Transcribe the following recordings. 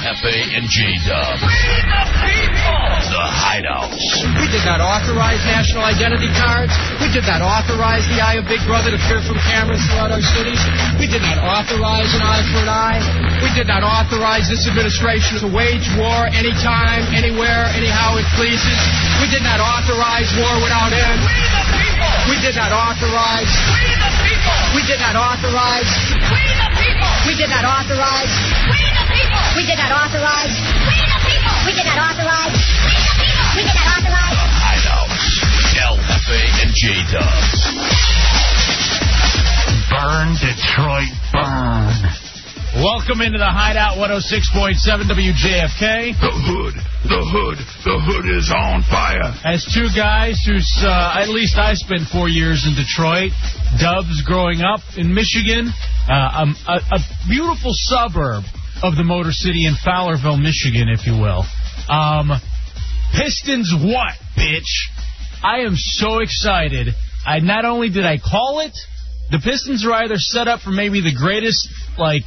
and J-Dub. The Hideout. We did not authorize national identity cards. We did not authorize the eye of Big Brother to peer from cameras throughout our cities. We did not authorize an eye for an eye. We did not authorize this administration to wage war anytime, anywhere, anyhow it pleases. We did not authorize war without end. We did not authorize. We did not authorize. We did not authorize. We did not authorize. We did not authorize. We did not authorize. The Hideout. LFA and J-Dub. Burn, Detroit, burn. Welcome into the Hideout 106.7 WJFK. The hood, the hood, the hood is on fire. As two guys who's, uh, at least I spent four years in Detroit, Dubs growing up in Michigan, uh, um, a, a beautiful suburb of the Motor City in Fowlerville, Michigan, if you will. Um, Pistons what, bitch? I am so excited. I not only did I call it, the Pistons are either set up for maybe the greatest, like,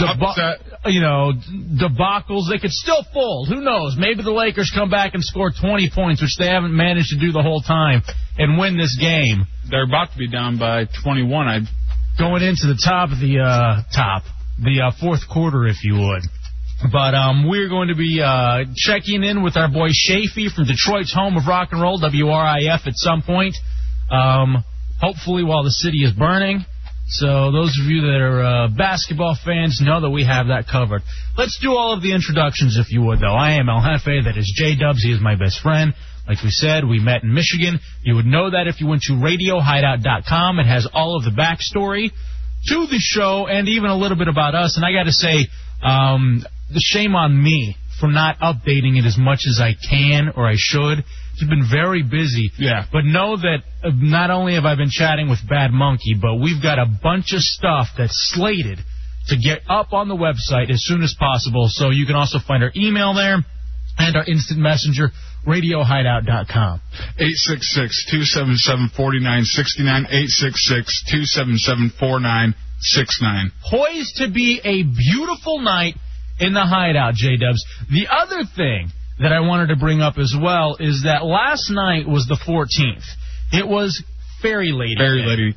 deba- you know, debacles. They could still fold. Who knows? Maybe the Lakers come back and score 20 points, which they haven't managed to do the whole time, and win this game. They're about to be down by 21. I Going into the top of the uh, top, the uh, fourth quarter, if you would. But um, we're going to be uh, checking in with our boy Shafee from Detroit's home of rock and roll, WRIF, at some point. Um, hopefully, while the city is burning. So those of you that are uh, basketball fans know that we have that covered. Let's do all of the introductions, if you would, though. I am El Jefe. That is J Dubs. He is my best friend. Like we said, we met in Michigan. You would know that if you went to RadioHideout.com. It has all of the backstory to the show and even a little bit about us. And I got to say, um, the shame on me for not updating it as much as I can or I should. It's been very busy. Yeah. But know that uh, not only have I been chatting with Bad Monkey, but we've got a bunch of stuff that's slated to get up on the website as soon as possible. So you can also find our email there and our instant messenger, radiohideout.com. 866-277-4969, 866-277-4969. poised to be a beautiful night in the hideout, J Dubs. The other thing that I wanted to bring up as well is that last night was the 14th. It was Fairy Lady. Very Day. lady.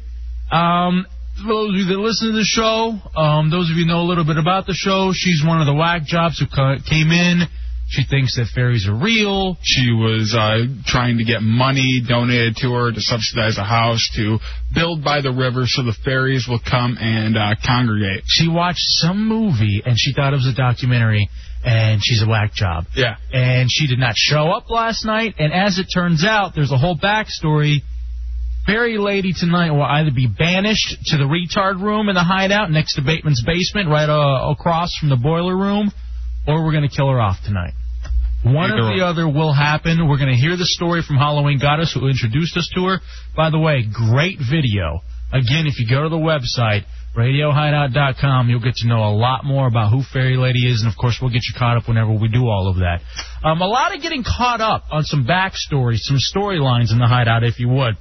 Um, for those of you that listen to the show, um, those of you who know a little bit about the show, she's one of the whack jobs who ca- came in. She thinks that fairies are real. She was uh, trying to get money donated to her to subsidize a house to build by the river so the fairies will come and uh, congregate. She watched some movie and she thought it was a documentary, and she's a whack job. Yeah. and she did not show up last night. And as it turns out, there's a whole backstory. Fairy Lady tonight will either be banished to the retard room in the hideout next to Bateman's basement, right uh, across from the boiler room, or we're going to kill her off tonight. One Either or the other will happen. We're going to hear the story from Halloween Goddess, who introduced us to her. By the way, great video. Again, if you go to the website, radiohideout.com, you'll get to know a lot more about who Fairy Lady is, and of course, we'll get you caught up whenever we do all of that. Um, a lot of getting caught up on some backstories, some storylines in the hideout, if you would.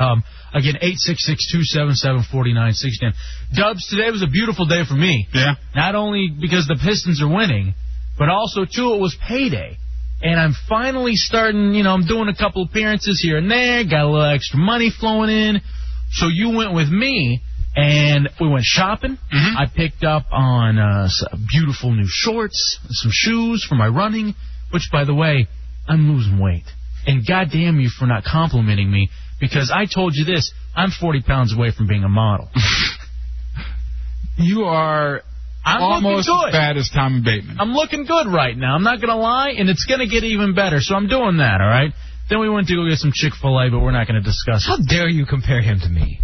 Um, again, 866-277-4969. Dubs, today was a beautiful day for me Yeah. not only because the Pistons are winning, but also too it was payday. And I'm finally starting, you know, I'm doing a couple appearances here and there, got a little extra money flowing in. So you went with me and we went shopping. I picked up on uh, s- beautiful new shorts, some shoes for my running, which by the way, I'm losing weight. And goddamn you for not complimenting me because I told you this, I'm 40 pounds away from being a model. You are I'm almost looking as good. bad as Tommy Bateman. I'm looking good right now. I'm not going to lie, and it's going to get even better. So I'm doing that, all right? Then we went to go get some Chick fil A, but we're not going to discuss How it. dare you compare him to me?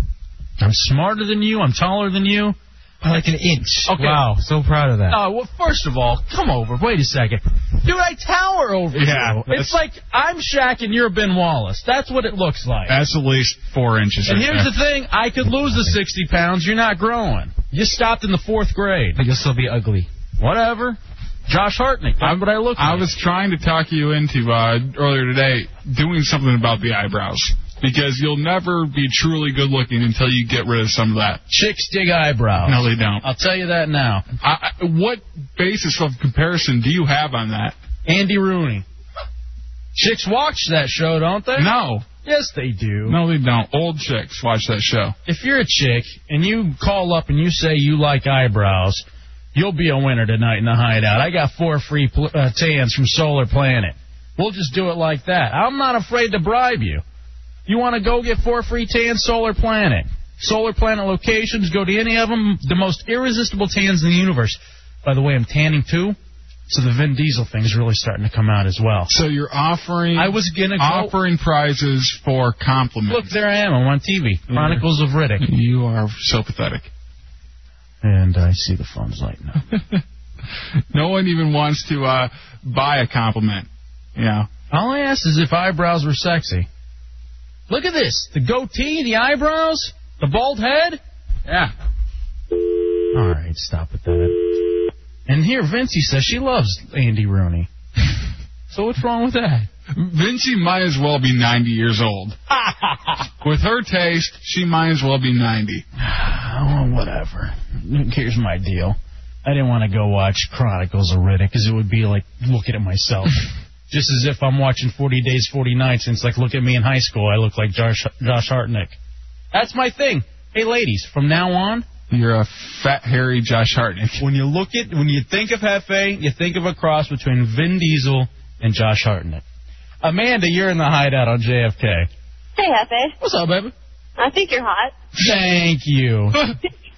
I'm smarter than you. I'm taller than you. By like an inch. Okay. Wow, so proud of that. Uh, well, first of all, come over. Wait a second. Dude, I tower over Yeah, you. It's that's- like I'm Shaq and you're Ben Wallace. That's what it looks like. That's at least four inches. And right here's there. the thing I could lose the 60 pounds. You're not growing. You stopped in the fourth grade. But you'll still be ugly. Whatever. Josh Hartnett. That's what I look like. I was trying to talk you into uh, earlier today doing something about the eyebrows. because you'll never be truly good looking until you get rid of some of that. Chicks dig eyebrows. No, they don't. I'll tell you that now. I, I- what basis of comparison do you have on that? Andy Rooney. Chicks watch that show, don't they? No, Yes, they do. no, they don't. Old chicks watch that show. If you're a chick and you call up and you say you like eyebrows, you'll be a winner tonight in the hideout. I got four free pl- uh, tans from Solar Planet. We'll just do it like that. I'm not afraid to bribe you. You want to go get four free tans, Solar Planet. Solar Planet locations, go to any of them. The most irresistible tans in the universe. By the way, I'm tanning too, so the Vin Diesel thing's really starting to come out as well. So you're offering I was gonna go. offering prizes for compliments. Look, there I am. I'm on TV. Chronicles of Riddick. You are so pathetic. And I see the phones lighting up. No one even wants to uh, buy a compliment. Yeah. All I asked is if eyebrows were sexy. Look at this. The goatee, the eyebrows, the bald head. Yeah. All right, stop with that. And here, Vinci says she loves Andy Rooney. so what's wrong with that? Vinci might as well be 90 years old. With her taste, she might as well be 90. Oh, whatever. Here's my deal. I didn't want to go watch Chronicles of Riddick because it would be like looking at myself. Just as if I'm watching 40 Days, 40 Nights, and it's like, look at me in high school. I look like Josh, Josh Hartnett. That's my thing. Hey, ladies, from now on, You're a fat, hairy Josh Hartnett. when you look at when you think of Hefe, you think of a cross between Vin Diesel and Josh Hartnett. Amanda, you're in the hideout on JFK. Hey, Hefe. What's up, baby? I think you're hot. Thank you.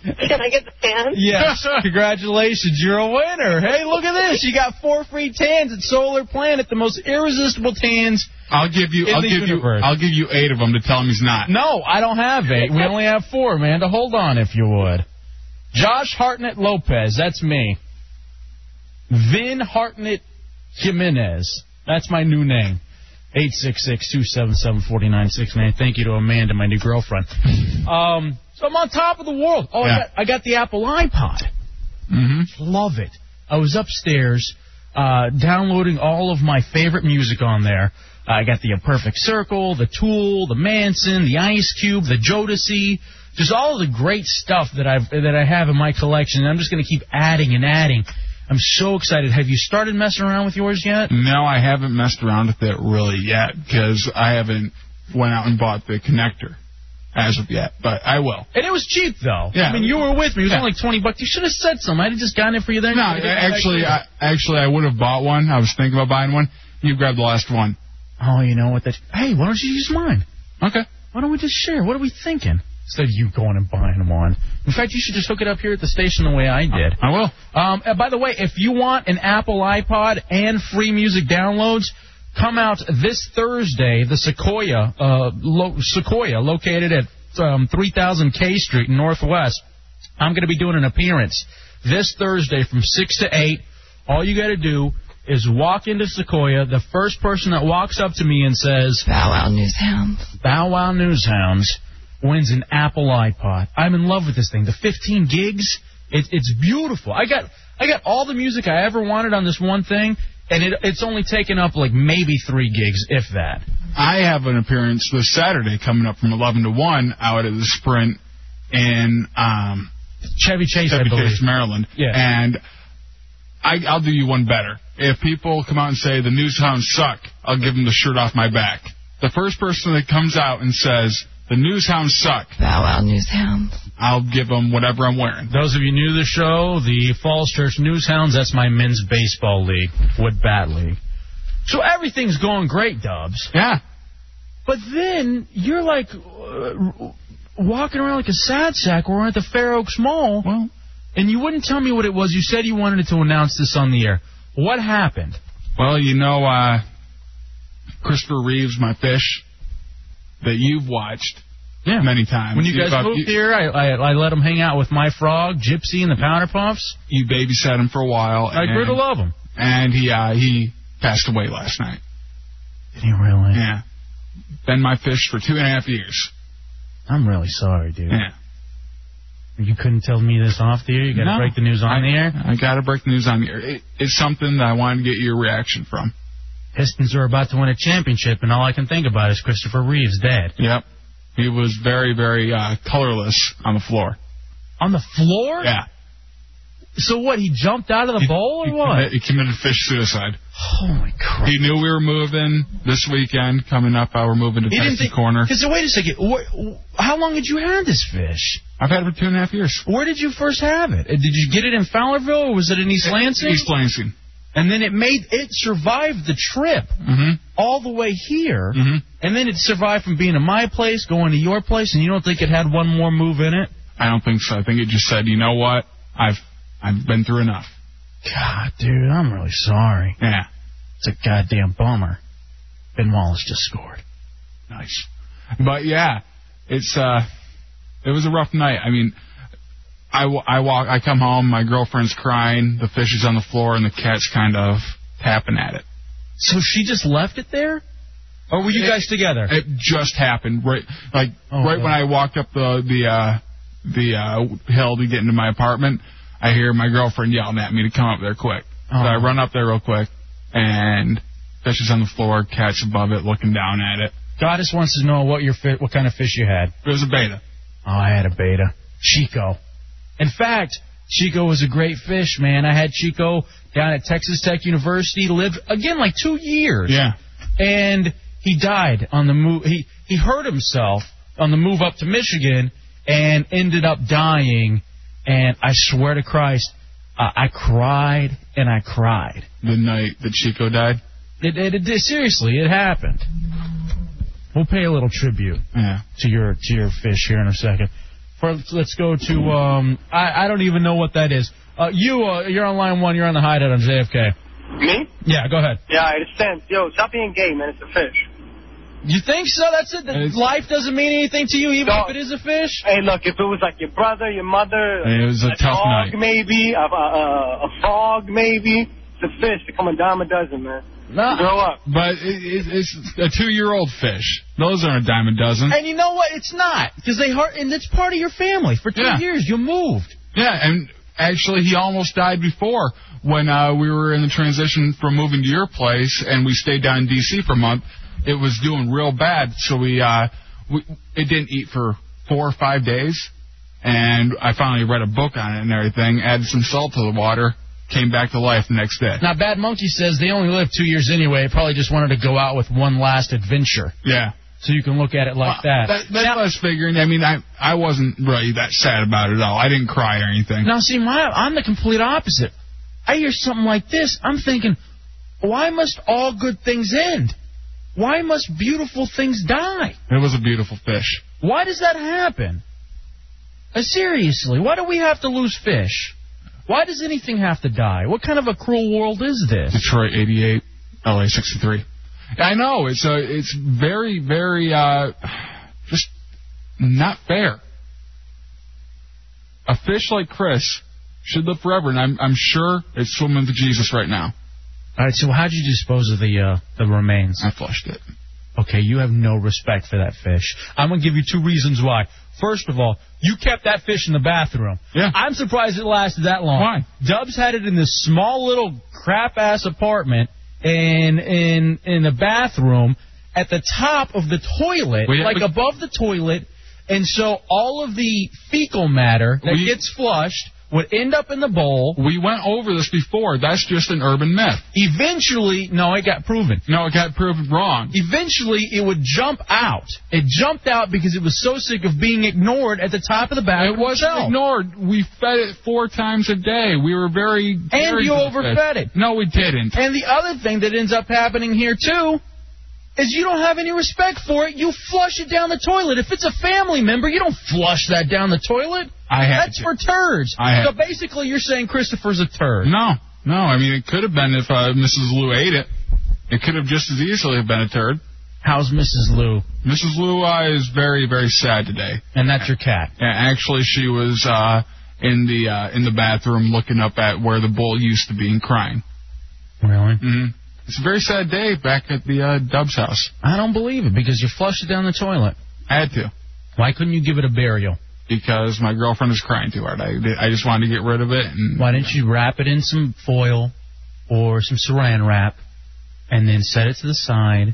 Can I get the tan? Yes, congratulations, you're a winner. Hey, look at this. You got four free tans at Solar Planet, the most irresistible tans. I'll give you. In I'll the give universe. you. I'll give you eight of them to tell him he's not. No, I don't have eight. We only have four, Amanda. Hold on if you would. Josh Hartnett Lopez, that's me. Vin Hartnett Jimenez, that's my new name. 866-277-4969. Thank you to Amanda, my new girlfriend. Um, so I'm on top of the world. Oh, Yeah. I, got, I got the Apple iPod. Mm-hmm. Love it. I was upstairs uh, downloading all of my favorite music on there. I got the Imperfect Circle, the Tool, the Manson, the Ice Cube, the Jodeci, just all the great stuff that I've that I have in my collection. And I'm just going to keep adding and adding. I'm so excited. Have you started messing around with yours yet? No, I haven't messed around with it really yet because I haven't went out and bought the connector as of yet. But I will. And it was cheap though. Yeah. I mean, you were with me. It was Yeah. only like 20 bucks. You should have said something. I'd have just gotten it for you there. No, actually, I, actually, I would have bought one. I was thinking about buying one. You grabbed the last one. oh, you know what? That. Hey, why don't you use mine? Okay. Why don't we just share? What are we thinking? Instead of you going and buying one. In fact, you should just hook it up here at the station the way I did. I will. Um, and by the way, if you want an Apple iPod and free music downloads, come out this Thursday. The Sequoia, uh, lo- Sequoia, located at um, 3000 K Street in Northwest. I'm going to be doing an appearance this Thursday from six to eight. All you got to do is walk into Sequoia. The first person that walks up to me and says, Bow Wow Newshound. Bow Wow Newshounds wins an Apple iPod. I'm in love with this thing. The 15 gigs, it, it's beautiful. I got I got all the music I ever wanted on this one thing, and it, it's only taken up like maybe three gigs, if that. I have an appearance this Saturday coming up from 11 to 1 out at the Sprint in um, Chevy Chase, I Chevy believe. Chase, Maryland. Yeah. And I, I'll do you one better. If people come out and say the news hounds suck, I'll give them the shirt off my back. The first person that comes out and says the news hounds suck, Bow Wow Newshound. I'll give them whatever I'm wearing. Those of you new to the show, the Falls Church Newshounds, that's my men's baseball league, Wood Bat League. So everything's going great, Dubs. Yeah. But then you're like uh, walking around like a sad sack. We're at the Fair Oaks Mall. Well, Oh, and you wouldn't tell me what it was. You said you wanted to announce this on the air. What happened? Well, you know, uh, Christopher Reeves, my fish, that you've watched Yeah. many times. When you You've, guys uh, moved you, here, I, I I let them hang out with my frog, Gypsy, and the Powder Puffs. you babysat him for a while. I and, grew to love them. And he uh, he passed away last night. Did you really? Yeah, been my fish for two and a half years. I'm really sorry, dude. Yeah, You couldn't tell me this off the air. You got to No. break the news on I, the air. I gotta break the news on the air. It, it's something that I wanted to get your reaction from. Pistons are about to win a championship, and all I can think about is Christopher Reeves' dad. Yep. He was very, very uh, colorless on the floor. On the floor? Yeah. So what? He jumped out of the bowl or He, what? commi- he committed fish suicide. Holy crap! He knew we were moving this weekend, coming up. Uh, we're moving to He didn't Texas think. Corner. Because wait a second. Wh- how long had you had this fish? I've had it for two and a half years. Where did you first have it? Uh, Did you get it in Fowlerville or was it in East Lansing? East Lansing. And then it made it survived the trip Mm-hmm. all the way here, Mm-hmm. and then it survived from being in my place going to your place, and you don't think it had one more move in it? I don't think so. I think it just said, you know what? I've I've been through enough. God, dude, I'm really sorry. Yeah. It's a goddamn bummer. Ben Wallace just scored. Nice. But yeah, it's uh, it was a rough night. I mean, I, w- I walk, I come home, my girlfriend's crying, the fish is on the floor, and the cat's kind of tapping at it. So she just left it there, or Oh, were you guys together? It just happened right, like Oh, right God. when I walked up the the uh, the uh, hill to get into my apartment. I hear my girlfriend yelling at me to come up there quick. Oh. So I run up there real quick, and fish is on the floor, cat's above it, looking down at it. Goddess wants to know what your fi- what kind of fish you had. It was a beta. Oh, I had a beta. Chico. In fact, Chico was a great fish, man. I had Chico down at Texas Tech University, lived again like two years. Yeah. And he died on the move. He, he hurt himself on the move up to Michigan and ended up dying. And I swear to Christ, uh, I cried and I cried. The night that Chico died. It, it, it, seriously, it happened. We'll pay a little tribute Yeah. to your to your fish here in a second. First, let's go to um. I, I don't even know what that is. Uh, you uh, you're on line one. You're on the hideout on JFK. Me? Yeah, go ahead. Yeah, I understand. Yo, stop being gay, man. It's a fish. You think so? That's it. That It's- life doesn't mean anything to you, even No. if it is a fish. Hey, look, if it was like your brother, your mother, It was a tough dog night. maybe, a, a, a, a frog maybe, it's a fish. They come a dime a dozen, man. No. Grow up. But it, it, it's a two-year-old fish. Those aren't a dime a dozen. And you know what? It's not because they hurt, and it's part of your family. For two Yeah. years, you moved. Yeah, and actually, he almost died before when uh, we were in the transition from moving to your place, and we stayed down in D.C. for a month. It was doing real bad, so we, uh, we it didn't eat for four or five days, and I finally read a book on it and everything, added some salt to the water, came back to life the next day. Now, Bad Monkey says they only lived two years anyway. Probably just wanted to go out with one last adventure. Yeah. So you can look at it like that. That, that's what I was figuring. I mean, I I wasn't really that sad about it at all. I didn't cry or anything. Now, see, my I'm the complete opposite. I hear something like this, I'm thinking, why must all good things end? Why must beautiful things die? It was a beautiful fish. Why does that happen? Uh, seriously, why do we have to lose fish? Why does anything have to die? What kind of a cruel world is this? Detroit 88, LA 63. I know it's a it's very very uh just not fair. A fish like Chris should live forever, and I'm I'm sure it's swimming to Jesus right now. All right, so how'd you dispose of the uh, the remains? I flushed it. Okay, you have no respect for that fish. I'm gonna give you two reasons why. First of all, you kept that fish in the bathroom. Yeah. I'm surprised it lasted that long. Why? Dubs had it in this small little crap ass apartment and in in the bathroom at the top of the toilet, Well, yeah, like but- above the toilet, and so all of the fecal matter that We- gets flushed would end up in the bowl. We went over this before. That's just an urban myth. Eventually, no, it got proven. No, it got proved wrong. eventually it would jump out. It jumped out because it was so sick of being ignored at the top of the bathroom. It wasn't shelf. ignored. We fed it four times a day. We were very very you good overfed fish. it. No, we didn't. And the other thing that ends up happening here too is you don't have any respect for it. You flush it down the toilet. If it's a family member, you don't flush that down the toilet. I had That's to. for turds. I had so to. basically, you're saying Christopher's a turd. No, no. I mean, it could have been if uh, Mrs. Lou ate it. It could have just as easily have been a turd. How's Mrs. Lou? Mrs. Lou uh, is very, very sad today. And that's your cat. And actually, she was uh, in the uh, in the bathroom looking up at where the bull used to be and crying. Really? hmm It's a very sad day back at the uh, Dub's house. I don't believe it because you flushed it down the toilet. I had to Why couldn't you give it a burial? because my girlfriend is crying too hard. I I just wanted to get rid of it. And Why didn't you wrap it in some foil or some saran wrap and then set it to the side,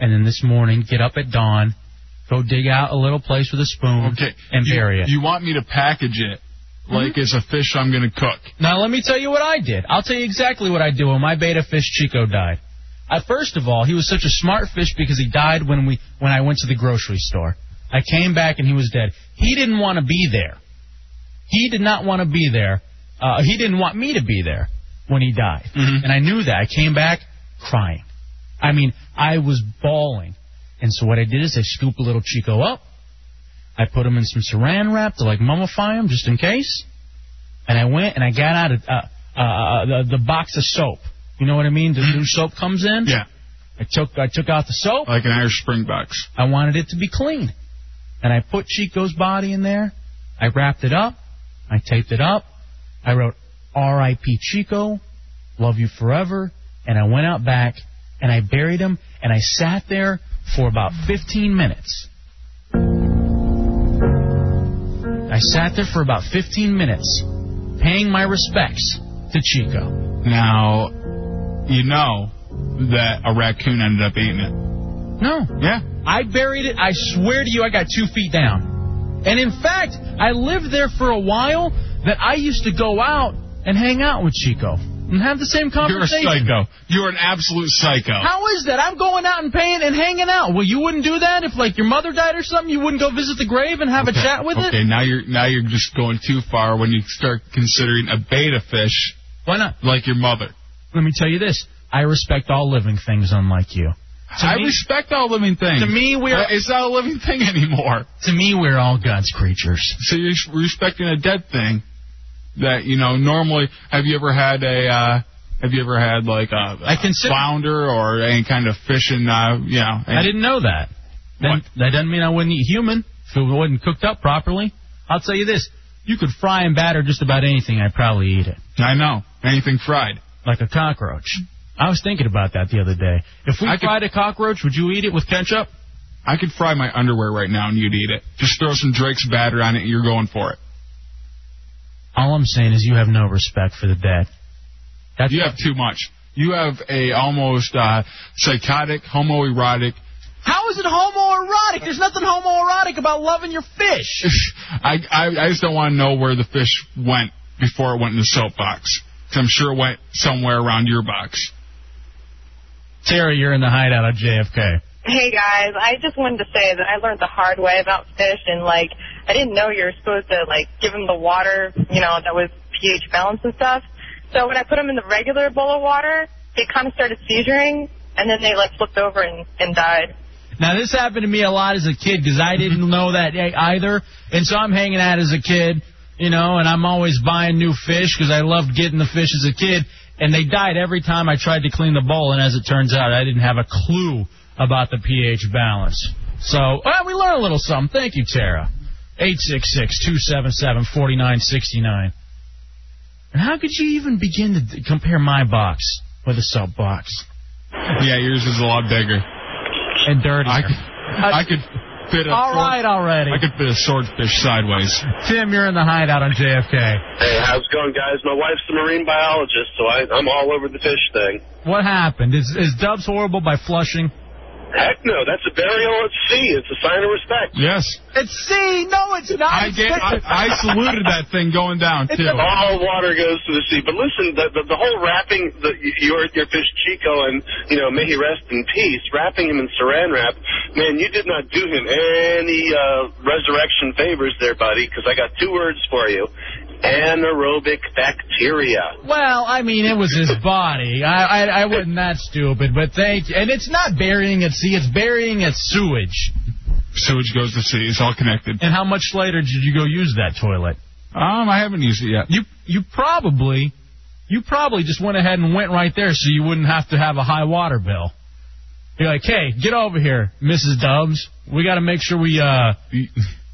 and then this morning get up at dawn, go dig out a little place with a spoon, Okay. and you, bury it. Mm-hmm. You want me to package it like it's a fish I'm going to cook. Now let me tell you what I did. I'll tell you exactly what I did when my beta fish Chico died. I, first of all, he was such a smart fish because he died when we when I went to the grocery store. I came back and he was dead. He didn't want to be there. He did not want to be there. Uh, he didn't want me to be there when he died, Mhm. and I knew that. I came back crying. I mean, I was bawling. And so what I did is I scooped a little Chico up. I put him in some Saran wrap to like mummify him just in case and I went and I got out of uh, uh, the, the box of soap. You know what I mean? The new soap comes in. Yeah. I took I took out the soap. Like an Irish spring box. I wanted it to be clean, and I put Chico's body in there. I wrapped it up. I taped it up. I wrote "R.I.P. Chico, love you forever," and I went out back and I buried him. And I sat there for about 15 minutes. I sat there for about 15 minutes, paying my respects to Chico. Now, you know that a raccoon ended up eating it. No, Yeah. I buried it. I swear to you, I got two feet down. And in fact, I lived there for a while that I used to go out and hang out with Chico and have the You're same a conversation. psycho. You're an absolute psycho. How is that? I'm going out and paying and hanging out. Well, you wouldn't do that if, like, your mother died or something. You wouldn't go visit the grave and have a chat with okay, it. now you're now you're just going too far when you start considering a beta fish Why not? like your mother. Let me tell you this. I respect all living things, unlike you. To I me- respect all living things. To me, we are. Uh, it's not a living thing anymore. To me, we're all God's creatures. So you're s- respecting a dead thing that you know normally. Have you ever had a? Uh, have you ever had like a, I a consider- flounder or any kind of fish in? Uh, you know, I didn't know that. Then, What? that doesn't mean I wouldn't eat human if it wasn't cooked up properly. I'll tell you this: you could fry and batter just about anything. I'd probably eat it, I know anything fried. like a cockroach. I was thinking about that the other day. If we I could- fried a cockroach, would you eat it with ketchup? I could fry my underwear right now and you'd eat it. Just throw some Drake's batter on it. and You're going for it. All I'm saying is you have no respect for the dead. That's You have too much. You have a almost uh, psychotic, homoerotic. How is it homoerotic? There's nothing homoerotic about loving your fish. I, I I just don't want to know where the fish went before it went in the soapbox. 'Cause I'm sure it went somewhere around your box. Terry, you're in the hideout on JFK. Hey guys, I just wanted to say that I learned the hard way about fish, and like I didn't know you were supposed to like give them the water, you know, that was pH balanced and stuff. So when I put them in the regular bowl of water, they kind of started seizuring, and then they like flipped over and, and died. Now this happened to me a lot as a kid because I didn't know that e- either, and so I'm hanging out as a kid, you know, and I'm always buying new fish because I loved getting the fish as a kid, and they died every time I tried to clean the bowl, and as it turns out, I didn't have a clue about the pH balance. So well, we learned a little something. Thank you, Tara. Eight six six two seven seven forty nine sixty nine. And how could you even begin to d- compare my box with a soap box Yeah, yours is a lot bigger. and dirty? I could, I could fit a All sword- right, already. I could fit a swordfish sideways. Tim, you're in the hideout on JFK. Hey, how's it going, guys? My wife's a marine biologist, so I, I'm all over the fish thing. What happened? Is, is Dubs horrible by flushing? Heck no, that's a burial at sea. It's a sign of respect. Yes, It's C. No, it's not. I get. I, I saluted that thing going down too. All water goes to the sea. But listen, the the, the whole wrapping the, your your fish Chico and you know may he rest in peace, wrapping him in Saran wrap, man, you did not do him any uh, resurrection favors there, buddy. Because I got two words for you: anaerobic bacteria. well, I mean, it was his body. I, I I wasn't that stupid, but thank you. And it's not burying at sea. It's burying at sewage. Sewage goes to sea. It's all connected. And how much later did you go use that toilet? Um, I haven't used it yet. You you probably you probably just went ahead and went right there so you wouldn't have to have a high water bill. You're like, hey, get over here, Mrs. Dubs. We got to make sure we uh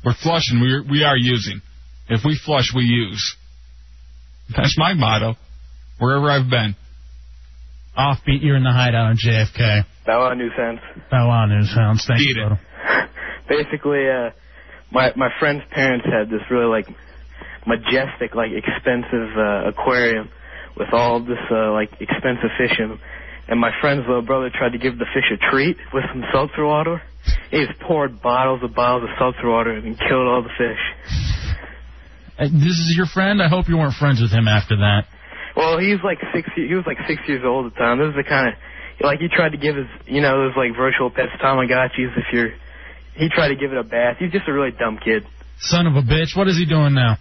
We're flushing. We we are using. If we flush, we use. That's my motto. Wherever I've been. offbeat. You're in the hideout on JFK. That new sense. Oh, wow, news sounds. Thank Beat you. it. Toto. Basically, uh, my my friend's parents had this really like majestic, like expensive uh, aquarium with all this uh, like expensive fish in. 'em. and my friend's little brother tried to give the fish a treat with some seltzer water. He just poured bottles and bottles of seltzer water and killed all the fish. Uh, This is your friend. I hope you weren't friends with him after that. Well, he was like six. He was like six years old at the time. This is the kind of like he tried to give his, you know, those like virtual pets Tamagotchis. If you're, he tried to give it a bath. He's just a really dumb kid. Son of a bitch. What is he doing now?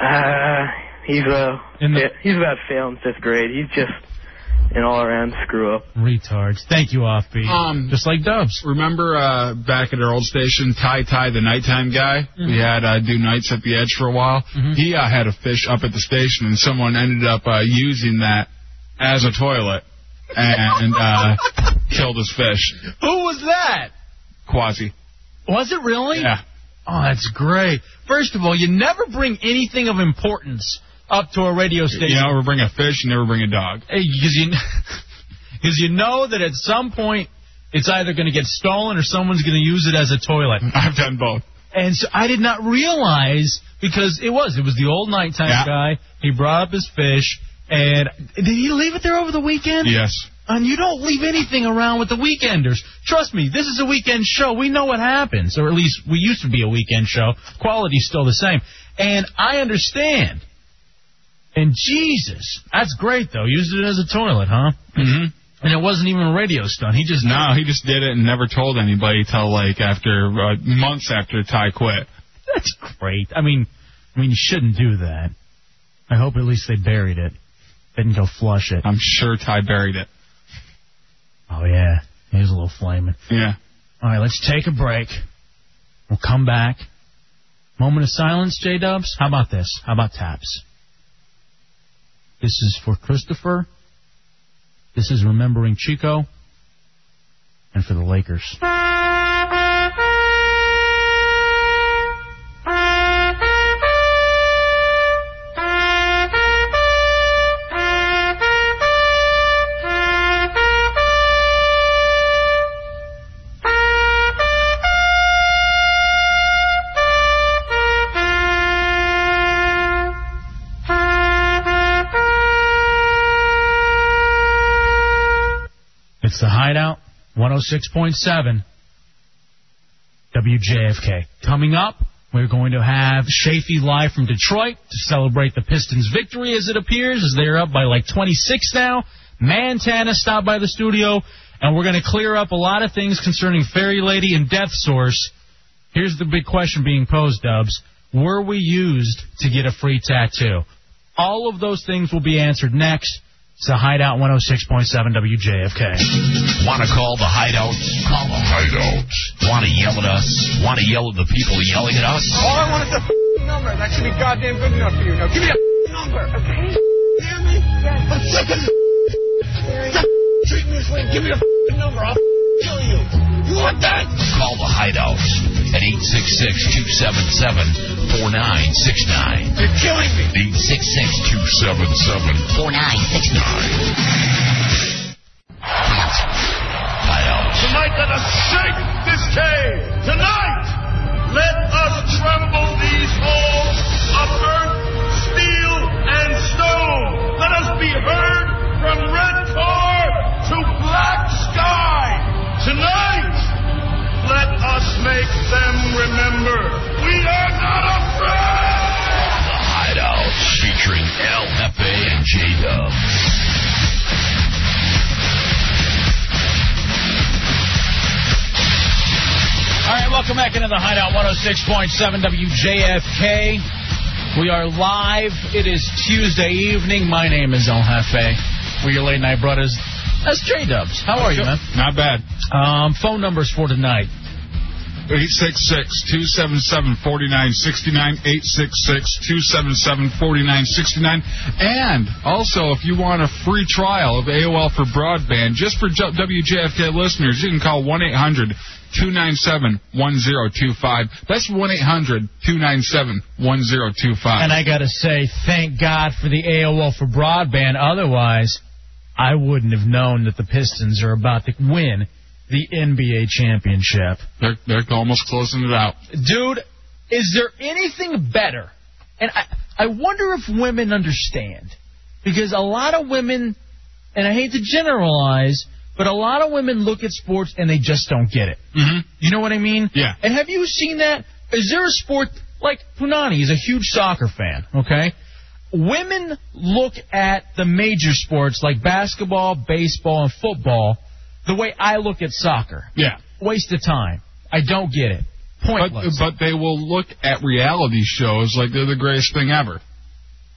Uh, he's uh, yeah, he's about failing fifth grade. He's just an all-around screw up. Retards. Thank you, Offbeat. Um, Just like Dubs. Remember uh, back at our old station, Ty Ty, the nighttime guy? Mm-hmm. We had uh, do nights at the edge for a while. He uh, had a fish up at the station, and someone ended up uh, using that as a toilet and uh, killed his fish. Who was that? Quasi. Was it really? Yeah. Oh, that's great. First of all, you never bring anything of importance up to a radio station. You never bring a fish, you never bring a dog. because you because you know that at some point it's either going to get stolen or someone's going to use it as a toilet. I've done both. And so I did not realize because it was it was the old nighttime Yeah. guy. He brought up his fish, and did he leave it there over the weekend? Yes. And you don't leave anything around with the weekenders. Trust me, this is a weekend show. We know what happens, or at least we used to be a weekend show. Quality's still the same, and I understand. And Jesus, that's great though. Used it as a toilet, huh? Mm-hmm. And it wasn't even a radio stunt. He just No, he just did it and never told anybody till like after uh, months after Ty quit. That's great. I mean, I mean, you shouldn't do that. I hope at least they buried it. Didn't go flush it. I'm sure Ty buried it. Oh yeah, here's a little flaming. Yeah. All right, let's take a break. We'll come back. Moment of silence, J Dubs. How about this? How about taps? This is for Christopher. This is remembering Chico, and for the Lakers. It's the Hideout 106.7 WJFK. Coming up, we're going to have Shafee live from Detroit to celebrate the Pistons' victory, as it appears, as they're up by like 26 now. Montana stopped by the studio, and we're going to clear up a lot of things concerning Fairy Lady and Death Source. Here's the big question being posed, Dubs. Were we used to get a free tattoo? All of those things will be answered next. It's the Hideout 106.7 WJFK. Want to call the hideout? Call the hideout. Want to yell at us? Want to yell at the people yelling at us? All I want is a number. That should be goddamn good enough for you. Now give me a number. Okay. Hear me? I'm sick of this. Stop treating this way. Give me a number. I'll kill you. You want that? Call the hideout at 866-277-4969. You're killing me. 866-277-4969. Hideout. Tonight, let us shake this cave. Tonight, let us tremble these walls of earth, steel, and stone. Let us be heard from red tar to black sky. Tonight, let us make them remember we are not afraid. The Hideout featuring El Hefe and J Dub. All right, welcome back into the Hideout 106.7 WJFK. We are live. It is Tuesday evening. My name is El Jefe. We're your late night brothers. That's J Dubs. How are you, man? Not bad. Um, phone numbers for tonight. 866-277-4969, 866-277-4969. And also, if you want a free trial of AOL for broadband, just for J- WJFK listeners, you can call 1-800-297-1025. That's 1-800-297-1025. And I got to say, thank God for the AOL for broadband. Otherwise, I wouldn't have known that the Pistons are about to win the NBA championship. They're, they're almost closing it out. dude, is there anything better? And I, I wonder if women understand because a lot of women and I hate to generalize, but a lot of women look at sports and they just don't get it. Mm-hmm. You know what I mean? Yeah. And have you seen that? Is there a sport like Punani is a huge soccer fan? Okay. Women look at the major sports like basketball, baseball, and football the way I look at soccer. Yeah. Waste of time. I don't get it. Pointless. But, but they will look at reality shows like they're the greatest thing ever.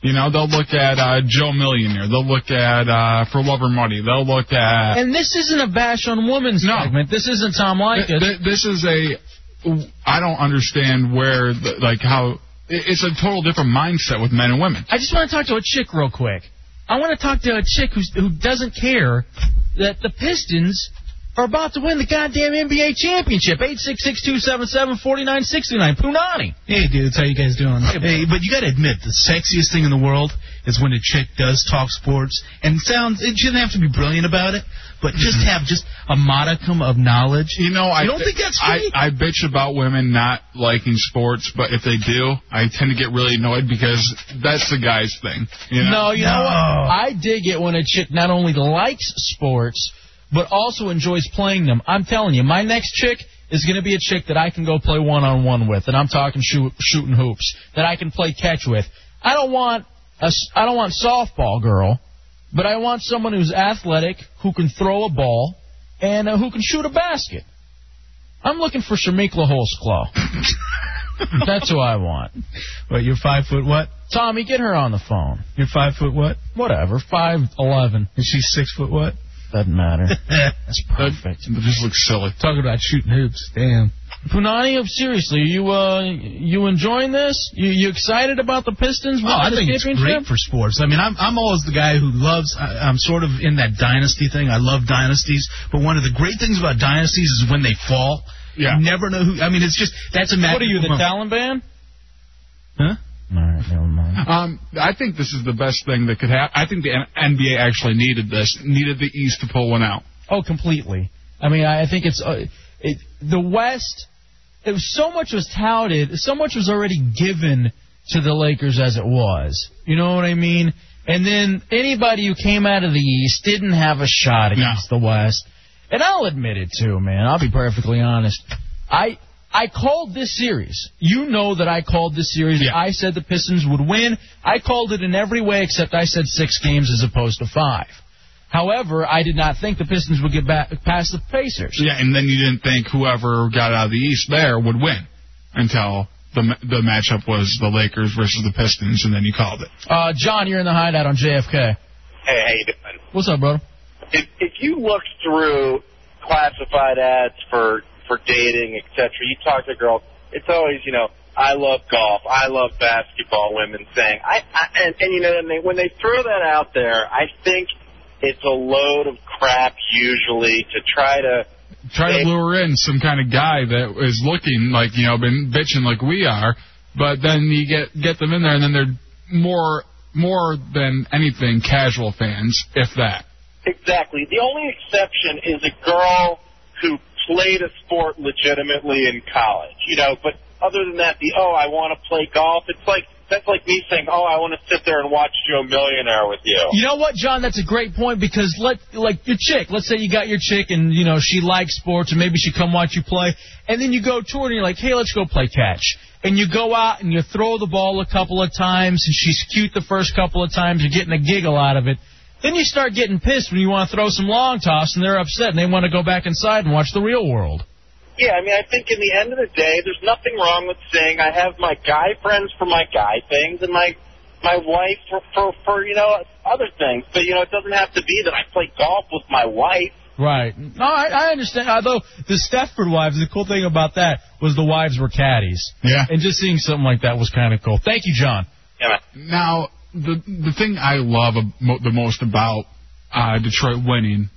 You know, they'll look at uh, Joe Millionaire. They'll look at uh, For Love or Money. They'll look at. and this isn't a bash on women's segment. This isn't Tom Likas. Th- th- this is a. I don't understand where, the, like, how. it- It's a total different mindset with men and women. I just want to talk to a chick real quick. I want to talk to a chick who's, who doesn't care that the Pistons are about to win the goddamn NBA championship. 866-277-4969. Punani. Hey, dude, that's how you guys doing? Hey, but you gotta admit, the sexiest thing in the world is when a chick does talk sports and sounds. It shouldn't have to be brilliant about it, but just Mm-hmm. have just a modicum of knowledge. You know, I don't thi- think that's I, fake. I bitch about women not liking sports, but if they do, I tend to get really annoyed because that's the guy's thing. You know? No, you know what? I dig it when a chick not only likes sports, but also enjoys playing them. I'm telling you, my next chick is going to be a chick that I can go play one on one with, and I'm talking shoot, shooting hoops, that I can play catch with. I don't want a, s- I don't want softball girl, but I want someone who's athletic, who can throw a ball, and uh, who can shoot a basket. I'm looking for Shamikla Holsklaw. That's who I want. But you're five foot what? Tommy, get her on the phone. You're five foot what? Whatever, five eleven. And she's six foot what? Doesn't matter. That's perfect. this looks silly. Talking about shooting hoops. Damn. Punani, seriously, you uh, you enjoying this? You you excited about the Pistons Oh, winning I the think it's championship? great for sports. I mean, I'm I'm always the guy who loves. I, I'm sort of in that dynasty thing. I love dynasties, but one of the great things about dynasties is when they fall. Yeah. You never know who. I mean, it's just that's a magic. what are you, the moment. Taliban? Huh? All right, never mind. Um, I think this is the best thing that could happen. I think the N- NBA actually needed this, needed the East to pull one out. Oh, completely. I mean, I I think it's uh, it, the West. It was, so much was touted, so much was already given to the Lakers as it was. You know what I mean? And then anybody who came out of the East didn't have a shot against the West. And I'll admit it too, man. I'll be perfectly honest. I I called this series. You know that I called this series. I said the Pistons would win. I called it in every way except I said six games as opposed to five. However, I did not think the Pistons would get back past the Pacers. Yeah, and then you didn't think whoever got out of the East there would win until the ma- the matchup was the Lakers versus the Pistons, and then you called it. Uh, John, you're in the hideout on Hey, JFK. how you doing? What's up, brother? If, if you look through classified ads for for dating, etc., you talk to girls, it's always you know, I love golf, I love basketball. Women saying, I, I and, and you know, and they, when they throw that out there, I think it's a load of crap usually to try to. Try to lure in some kind of guy that is looking like you know been bitching like we are, but then you get get them in there, and then they're more more than anything casual fans, if that. Exactly. The only exception is a girl who played a sport legitimately in college, you know, but other than that, the, oh, I want to play golf, it's like, that's like me saying, oh, I want to sit there and watch Joe Millionaire with you. You know what, John? That's a great point because let like your chick. Let's say you got your chick and you know she likes sports and maybe she come watch you play, and then you go to her and you're like, hey, let's go play catch. And you go out and you throw the ball a couple of times, and she's cute the first couple of times. You're getting a giggle out of it. Then you start getting pissed when you want to throw some long toss, and they're upset and they want to go back inside and watch the real world. Yeah, I mean, I think in the end of the day, there's nothing wrong with saying I have my guy friends for my guy things and my my wife for for, for you know other things. But you know, it doesn't have to be that I play golf with my wife. Right. No, I, I understand. Although the Stefford wives, the cool thing about that was the wives were caddies. Yeah. And just seeing something like that was kind of cool. Thank you, John. Now, the the thing I love ab- mo- the most about uh, Detroit winning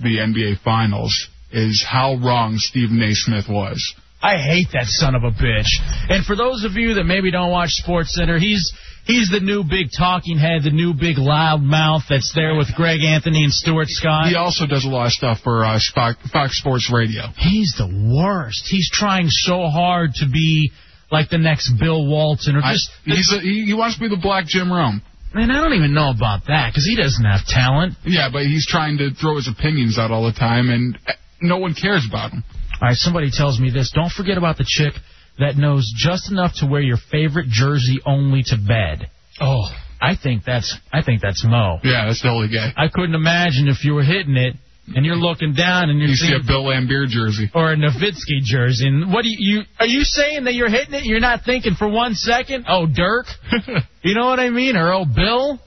the NBA Finals is how wrong Stephen A. Smith was. I hate that son of a bitch. And for those of you that maybe don't watch Sports Center, he's he's the new big talking head, the new big loud mouth that's there with Greg Anthony and Stuart Scott. He also does a lot of stuff for uh, Spock, Fox Sports Radio. He's the worst. He's trying so hard to be like the next Bill Walton or I- just he's a, he, he wants to be the black Jim Rome. Man, I don't even know about that because he doesn't have talent. Yeah, but he's trying to throw his opinions out all the time, and eh, no one cares about him. All right, somebody tells me this. Don't forget about the chick that knows just enough to wear your favorite jersey only to bed. Oh, I think that's I think that's Mo. Yeah, that's the only guy. I couldn't imagine if you were hitting it and you're looking down and you're You see seeing a Bill Lambier jersey or a Nowitzki jersey. And what do you, you are you saying that you're hitting it? You're not thinking for one second, oh Dirk, you know what I mean, or oh Bill.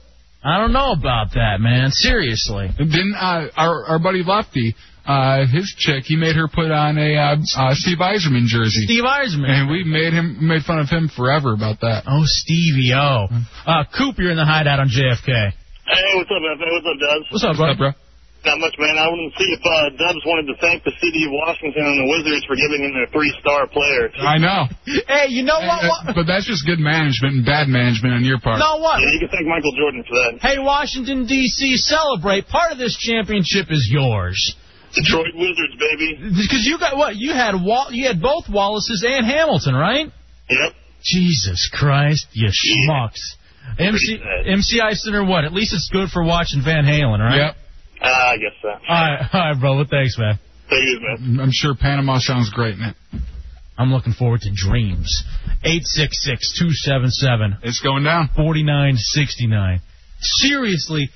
I don't know about that, man. Seriously. Didn't uh, our our buddy Lefty, uh, his chick, he made her put on a uh, uh, Steve Eiserman jersey. Steve Eiserman. And we made him made fun of him forever about that. Oh, Stevie O. Hmm. Uh, Coop, you're in the hideout on JFK. Hey, what's up, man? Hey, what's up, Dubs? What's up, bud? bro? Not much, man. I wanted to see if uh, Dubs wanted to thank the city of Washington and the Wizards for giving him their three-star player. I know. Hey, you know what? Eh, But that's just good management and bad management on your part. No, what? Yeah, you can thank Michael Jordan for that. Hey, Washington, D.C., celebrate. Part of this championship is yours. Detroit Wizards, baby. Because you got what? You had Wall- you had both Wallaces and Hamilton, right? Yep. Jesus Christ, you schmucks. MC, MC Eisen or what? At least it's good for watching Van Halen, right? Yep. Ah, Uh, I guess so. All right, all right, bro. Well, thanks, man. Thank you, man. I'm sure Panama sounds great, man. I'm looking forward to dreams. 866-277. It's going down. 4969. Seriously,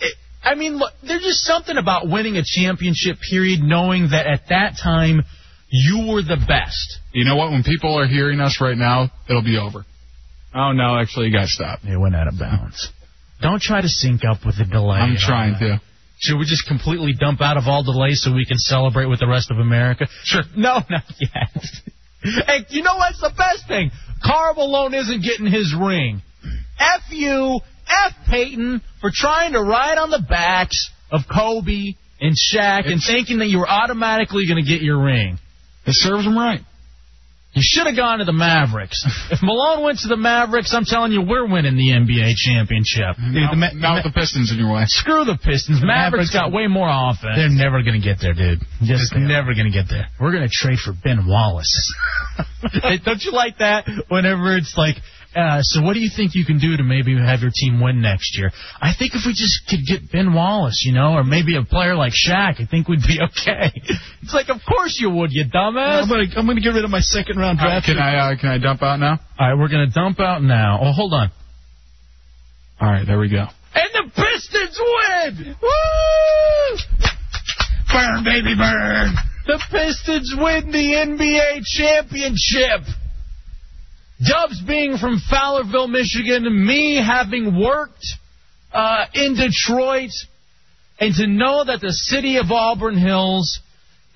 it, I mean, look, there's just something about winning a championship period knowing that at that time you were the best. You know what? When people are hearing us right now, it'll be over. Oh no, actually, you got stopped. It went out of bounds. Don't try to sync up with the delay. I'm trying to. Should we just completely dump out of all delay so we can celebrate with the rest of America? Sure. No, not yet. hey, you know what's the best thing? Carl Malone isn't getting his ring. F you, F Peyton for trying to ride on the backs of Kobe and Shaq and thinking that you were automatically going to get your ring. It serves him right. You should have gone to the Mavericks. if Malone went to the Mavericks, I'm telling you, we're winning the NBA championship. Now, now with the Pistons in your way. Screw the Pistons. Mavericks Mavericks, got way more offense. They're never gonna get there, dude. Just never gonna get there. We're gonna trade for Ben Wallace. Hey, Don't you like that? Whenever it's like, uh, so what do you think you can do to maybe have your team win next year? I think if we just could get Ben Wallace, you know, or maybe a player like Shaq, I think we'd be okay. It's like, of course you would, you dumbass. I'm gonna I'm gonna get rid of my second round All right, draft. can I uh, can I dump out now? All right, we're gonna dump out now. Oh, hold on. All right, there we go. And the Pistons win! Woo! Burn, baby, burn. The Pistons win the NBA championship. Dubs being from Fowlerville, Michigan, me having worked uh, in Detroit, and to know that the city of Auburn Hills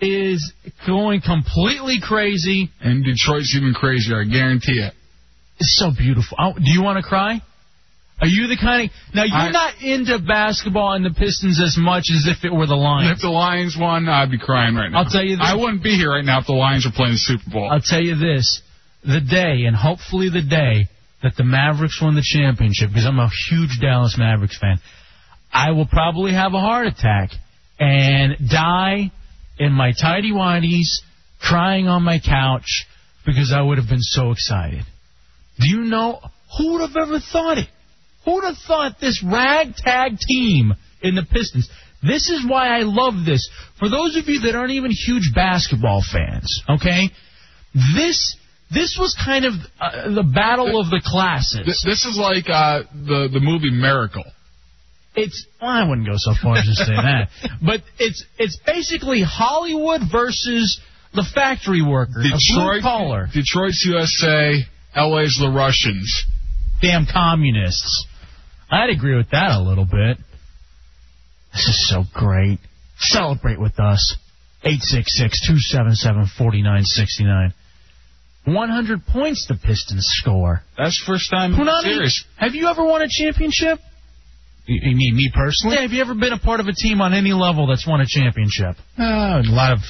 is going completely crazy And Detroit's even crazier. I guarantee it. is so beautiful. Oh, do you want to cry? Are you the kind of now you're I- not into basketball and the Pistons as much as if it were the And if Lions. the Lions won, I'd be crying right now. I'll tell you this. I wouldn't be here right now if the Lions were playing the Super Bowl. I'll tell you this: the day, and hopefully the day that the Mavericks win the championship, because I'm a huge Dallas Mavericks fan, I will probably have a heart attack and die in my tidy whities, crying on my couch because I would have been so excited. Do you know who would have ever thought it? Who would have thought this ragtag team in the Pistons? This is why I love this. For those of you that aren't even huge basketball fans, okay? This this was kind of uh, the battle of the Th- classes. this is like uh, the the movie Miracle. It's well, I wouldn't go so far as to say that, but it's it's basically Hollywood versus the factory worker, the blue Detroit, collar, Detroit's USA, LA's the Russians. damn communists. I'd agree with that a little bit. This is so great. Celebrate with us. 866-277-4969. 100 points the Pistons score. That's first time in the Punani, series. have you ever won a championship? You, you mean me personally? Yeah, have you ever been a part of a team on any level that's won a championship? Uh, a lot of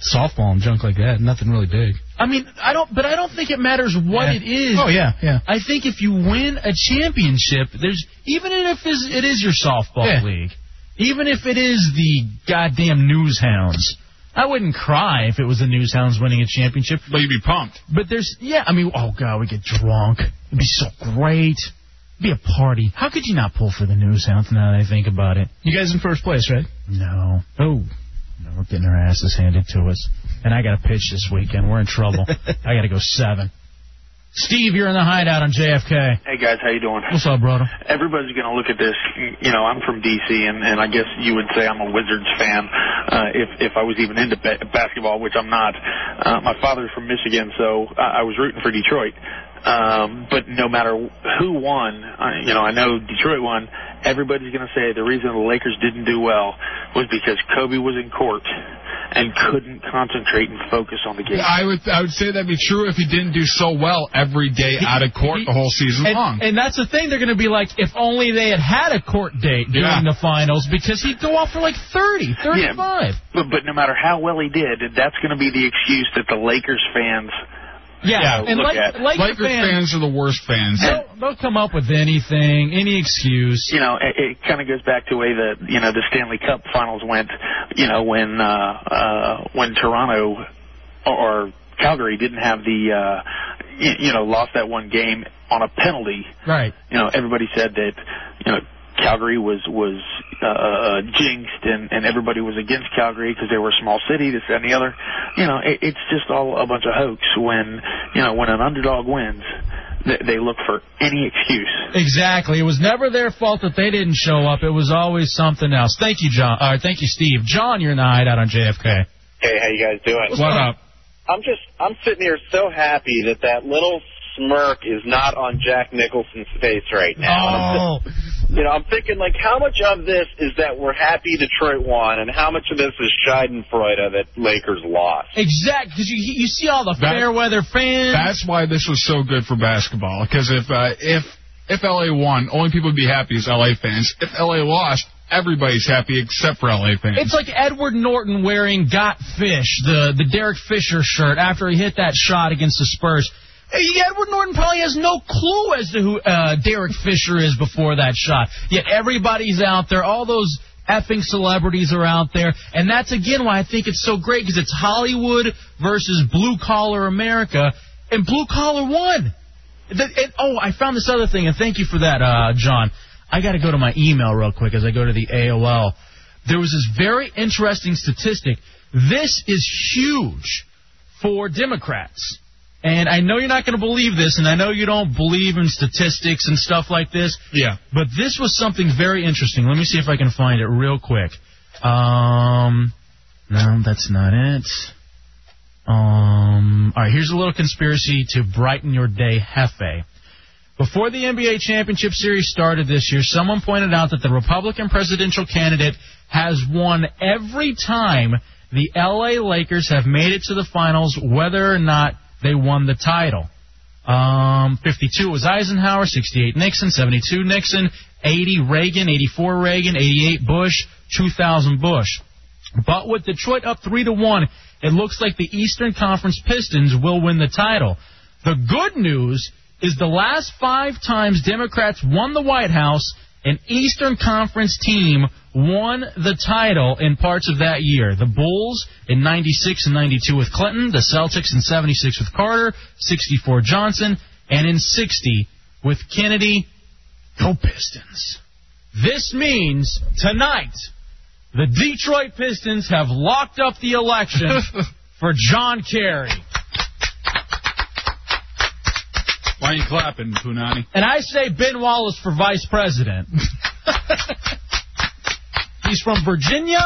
softball and junk like that. Nothing really big. I mean, I don't, but I don't think it matters what Yeah. it is. Oh yeah, yeah. I think if you win a championship, there's even if is- it is your softball Yeah. league, even if it is the goddamn News Hounds, I wouldn't cry if it was the News Hounds winning a championship. But you'd be pumped. But there's yeah, I mean, oh god, we get drunk. It'd be so great. be a party. How could you not pull for the news hounds now that I think about it? You guys in first place, right? No. Oh. No, we're getting our asses handed to us. And I got a pitch this weekend. We're in trouble. I got to go seven. Steve, you're in the hideout on JFK. Hey guys, how you doing? What's up, brother? Everybody's going to look at this. You know, I'm from DC, and, and I guess you would say I'm a Wizards fan. Uh, if if I was even into ba- basketball, which I'm not. Uh, my father's from Michigan, so I, I was rooting for Detroit. Um, but no matter who won, I, you know, I know Detroit won. Everybody's going to say the reason the Lakers didn't do well was because Kobe was in court and couldn't concentrate and focus on the game. I would I would say that'd be true if he didn't do so well every day out of court the whole season And, long. and that's the thing. They're going to be like, if only they had had a court date Yeah. during the finals, because he'd go off for like 30, 35. But, but no matter how well he did, that's going to be the excuse that the Lakers fans. you know, look at. Lakers fans are the worst fans. They'll, they'll come up with anything, any excuse. You know, it, it kind of goes back to the way that you know the Stanley Cup Finals went. You know, when uh, uh, when Toronto or, or Calgary didn't have the uh, you, you know lost that one game on a penalty. Right. You know, everybody said that you know Calgary was was uh, uh, jinxed and and everybody was against Calgary because they were a small city, this that, and the other. You know, it, it's just all a bunch of hoax. When you know when an underdog wins, they, they look for any excuse. Exactly. It was never their fault that they didn't show up. It was always something else. Thank you, John. Uh, thank you, Steve. John, you're in the hideout on JFK. Hey, how you guys doing? What's What up? I'm just, I'm sitting here so happy that that little smirk is not on Jack Nicholson's face right now. Oh. You know, I'm thinking like, how much of this is that we're happy Detroit won, and how much of this is Schadenfreude that Lakers lost? Exactly, because you you see all the That- fair weather fans. That's why this was so good for basketball. Because if uh, if if LA won, only people would be happy is LA fans. If LA lost, everybody's happy except for LA fans. It's like Edward Norton wearing "Got Fish," the the Derek Fisher shirt after he hit that shot against the Spurs. Hey, Edward Norton probably has no clue as to who uh, Derek Fisher is before that shot. Yet everybody's out there. All those effing celebrities are out there, and that's again why I think it's so great because it's Hollywood versus blue collar America, and blue collar won. The- and- oh, I found this other thing, and thank you for that, uh, John. I got to go to my email real quick as I go to the AOL. There was this very interesting statistic. This is huge for Democrats. And I know you're not going to believe this, and I know you don't believe in statistics and stuff like this. Yeah. But this was something very interesting. Let me see if I can find it real quick. Um, no, that's not it. Um, all right, here's a little conspiracy to brighten your day, Hefe. Before the NBA championship series started this year, someone pointed out that the Republican presidential candidate has won every time the LA Lakers have made it to the finals, whether or not they won the title. Um, 52 was Eisenhower, 68 Nixon, 72 Nixon, 80 Reagan, 84 Reagan, 88 Bush, 2000 Bush. But with Detroit up three to one, it looks like the Eastern Conference Pistons will win the title. The good news is the last five times Democrats won the White House, an Eastern Conference team won the title in parts of that year. The Bulls in 96 and 92 with Clinton, the Celtics in 76 with Carter, 64 Johnson, and in 60 with Kennedy. Go Pistons. This means tonight the Detroit Pistons have locked up the election for John Kerry. Why are you clapping, Punani? And I say Ben Wallace for vice president. He's from Virginia.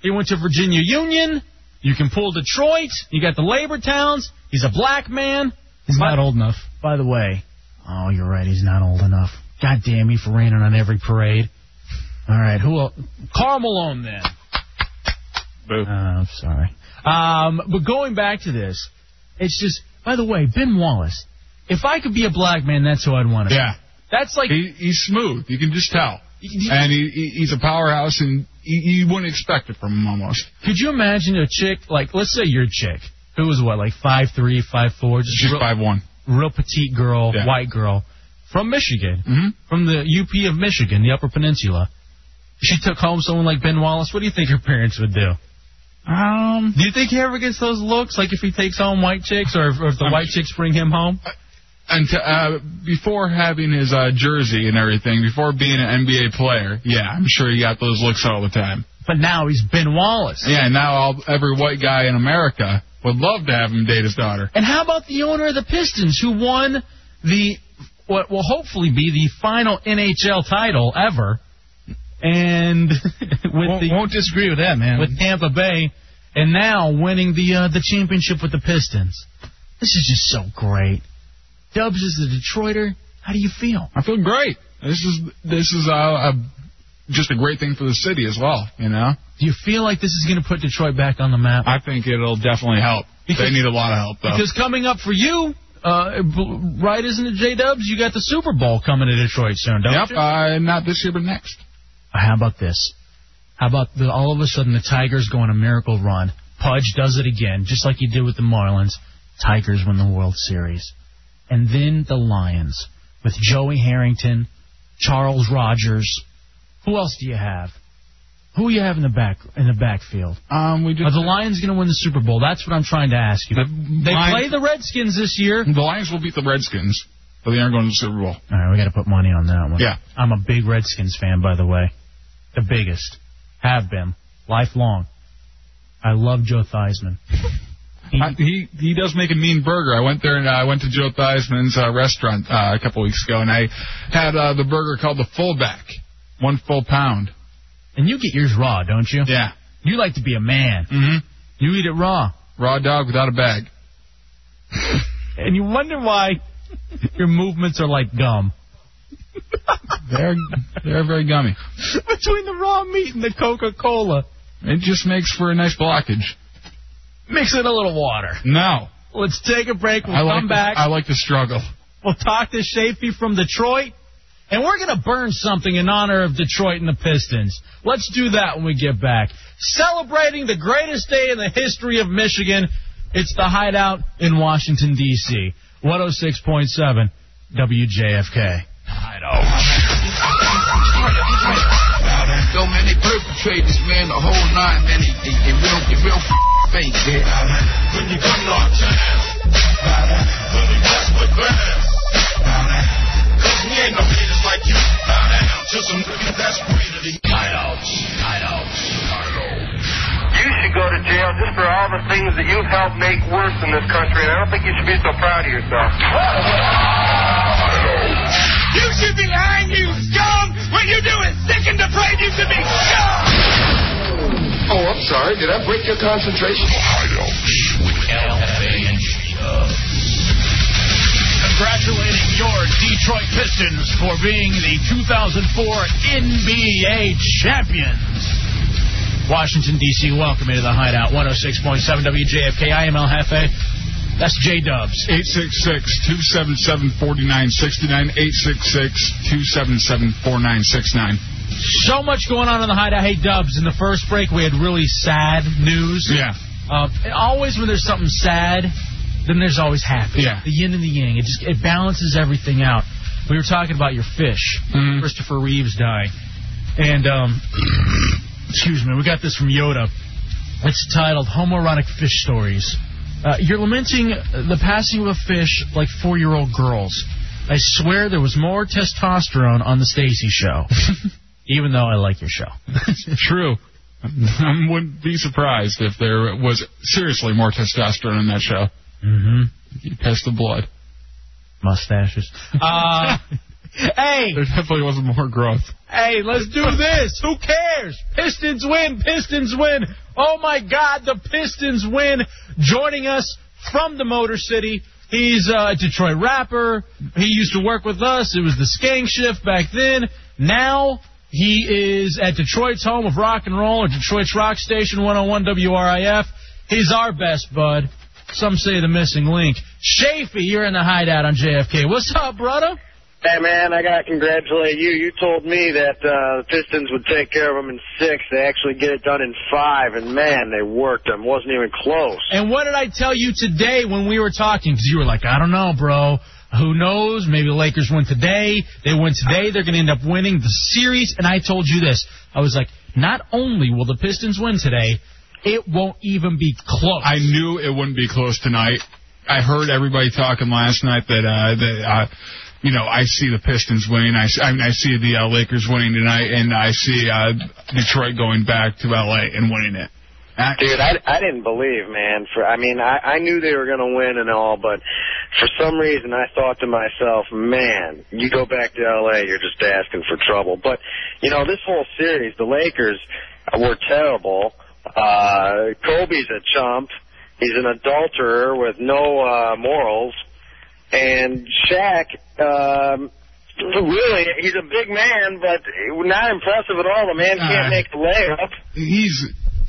He went to Virginia Union. You can pull Detroit. You got the labor towns. He's a black man. He's not old enough. By the way, oh, you're right. He's not old enough. God damn me for raining on every parade. All right, who else? Carl Malone then. Boo. Oh, I'm sorry. Um, but going back to this, it's just. By the way, Ben Wallace. If I could be a black man, that's who I'd want to. Yeah. That's like he, he's smooth. You can just tell. And he, he he's a powerhouse, and you you wouldn't expect it from him almost. be. Could you imagine a chick like, let's say your chick, who was what, like five three, five four, just She's real, five one, real petite girl, Yeah. Mm-hmm. white girl, from Michigan, from the UP of Michigan, the Upper Peninsula. She took home someone like Ben Wallace. What do you think her parents would do? Um, do you think he ever gets those looks, like if he takes home white chicks, or if, or if the white chicks bring him home? Uh, and to, uh, before having his uh, jersey and everything, before being an NBA player, yeah, I'm sure he got those looks all the time. But now he's Ben Wallace. Yeah, now all, every white guy in America would love to have him date his daughter. And how about the owner of the Pistons who won the what will hopefully be the final NHL title ever? And with won't, the, won't disagree with that, man. With Tampa Bay, and now winning the uh, the championship with the Pistons. This is just so great. Dubs is the Detroiter. How do you feel? I feel great. This is this is uh, a, just a great thing for the city as well. You know, Do you feel like this is going to put Detroit back on the map? I think it'll definitely help. Because- they need a lot of help though. Because coming up for you, uh, b- right, isn't it, J Dubs? You got the Super Bowl coming to Detroit soon, don't yep, you? uh, not this year but next. How about this? How about the, all of a sudden the Tigers go on a miracle run? Pudge does it again, just like he did with the Marlins. Tigers win the World Series. And then the Lions with Joey Harrington, Charles Rogers. Who else do you have? Who you have in the back in the backfield? Um, we Are the Lions going to win the Super Bowl? That's what I'm trying to ask you. they play the Redskins this year. The Lions will beat the Redskins, but they aren't going to the Super Bowl. All right, we got to put money on that one. Yeah. I'm a big Redskins fan, by the way, the biggest. Have been lifelong. I love Joe Theismann. I, he he does make a mean burger. I went there and uh, I went to Joe Theismann's uh, restaurant uh, a couple weeks ago, and I had uh, the burger called the Fullback, one full pound. And you get yours raw, don't you? Yeah. You like to be a man. Mm-hmm. You eat it raw. Raw dog without a bag. And you wonder why your movements are like gum. They're they're very gummy. Between the raw meat and the Coca Cola, It just makes for a nice blockage. mix in a little water. No, Let's take a break. We'll I like come back. The, I like the struggle. We'll talk to Shafee from Detroit, and we're going to burn something in honor of Detroit and the Pistons. Let's do that when we get back. Celebrating the greatest day in the history of Michigan, it's the Hideout in Washington, D.C. 106.7 WJFK. So many perpetrators, man, the whole nine, man. It, it, it real, it real f- fake, man. When you come to our town, when we mess with grass, cause we ain't no haters like you. Bow down to some niggas that's greater than you. Hideouts, hideouts, hideouts. You should go to jail just for all the things that you've helped make worse in this country, and I don't think you should be so proud of yourself. You should be lying, you scum! What you do is sick and depraved. You should be scum! Oh, I'm sorry. Did I break your concentration? Hideouts with LFA and Congratulating your Detroit Pistons for being the 2004 NBA champions. Washington, D.C. Welcome into the Hideout. 106.7 WJFK. I am El Jefe. That's J Dubs. 866-277-4969, 866-277-4969. So much going on in the hideout. Hey, Dubs, in the first break, we had really sad news. Yeah. Uh, always when there's something sad, then there's always happy. Yeah. The yin and the yang. It just it balances everything out. We were talking about your fish, Mm-hmm. Christopher Reeves dying, and um, excuse me, we got this from Yoda. It's titled "Homoerotic Fish Stories." Uh, you're lamenting the passing of a fish like four-year-old girls. I swear there was more testosterone on the Stacy show, even though I like your show. True. I wouldn't be surprised if there was seriously more testosterone in that show. Mm-hmm. You test the blood. Mustaches. Uh, hey, there definitely wasn't more growth. Hey, let's do this. Who cares? Pistons win. Pistons win. Oh my God, the Pistons win. Joining us from the Motor City. He's uh, a Detroit rapper. He used to work with us. It was the Skank Shift back then. Now he is at Detroit's home of rock and roll, or Detroit's rock station, 101 WRIF. He's our best bud. Some say the missing link. Shafee, you're in the hideout on JFK. What's up, brother? Hey man, I gotta congratulate you. You told me that uh, the Pistons would take care of them in six. They actually get it done in five, and man, they worked them. wasn't even close. And what did I tell you today when we were talking? Because you were like, I don't know, bro. Who knows? Maybe the Lakers win today. They win today. They're going to end up winning the series. And I told you this. I was like, not only will the Pistons win today, it won't even be close. I knew it wouldn't be close tonight, I heard everybody talking last night that uh, that uh, you know I see the Pistons winning. I, s- I mean I see the uh, Lakers winning tonight, and I see uh, Detroit going back to LA and winning it. Dude, I, I didn't believe, man. For I mean, I, I knew they were going to win and all, but for some reason I thought to myself, man, you go back to L.A., you're just asking for trouble. But, you know, this whole series, the Lakers were terrible. Uh, Kobe's a chump. He's an adulterer with no uh, morals. And Shaq, um, really, he's a big man, but not impressive at all. The man can't Uh, make the layup. He's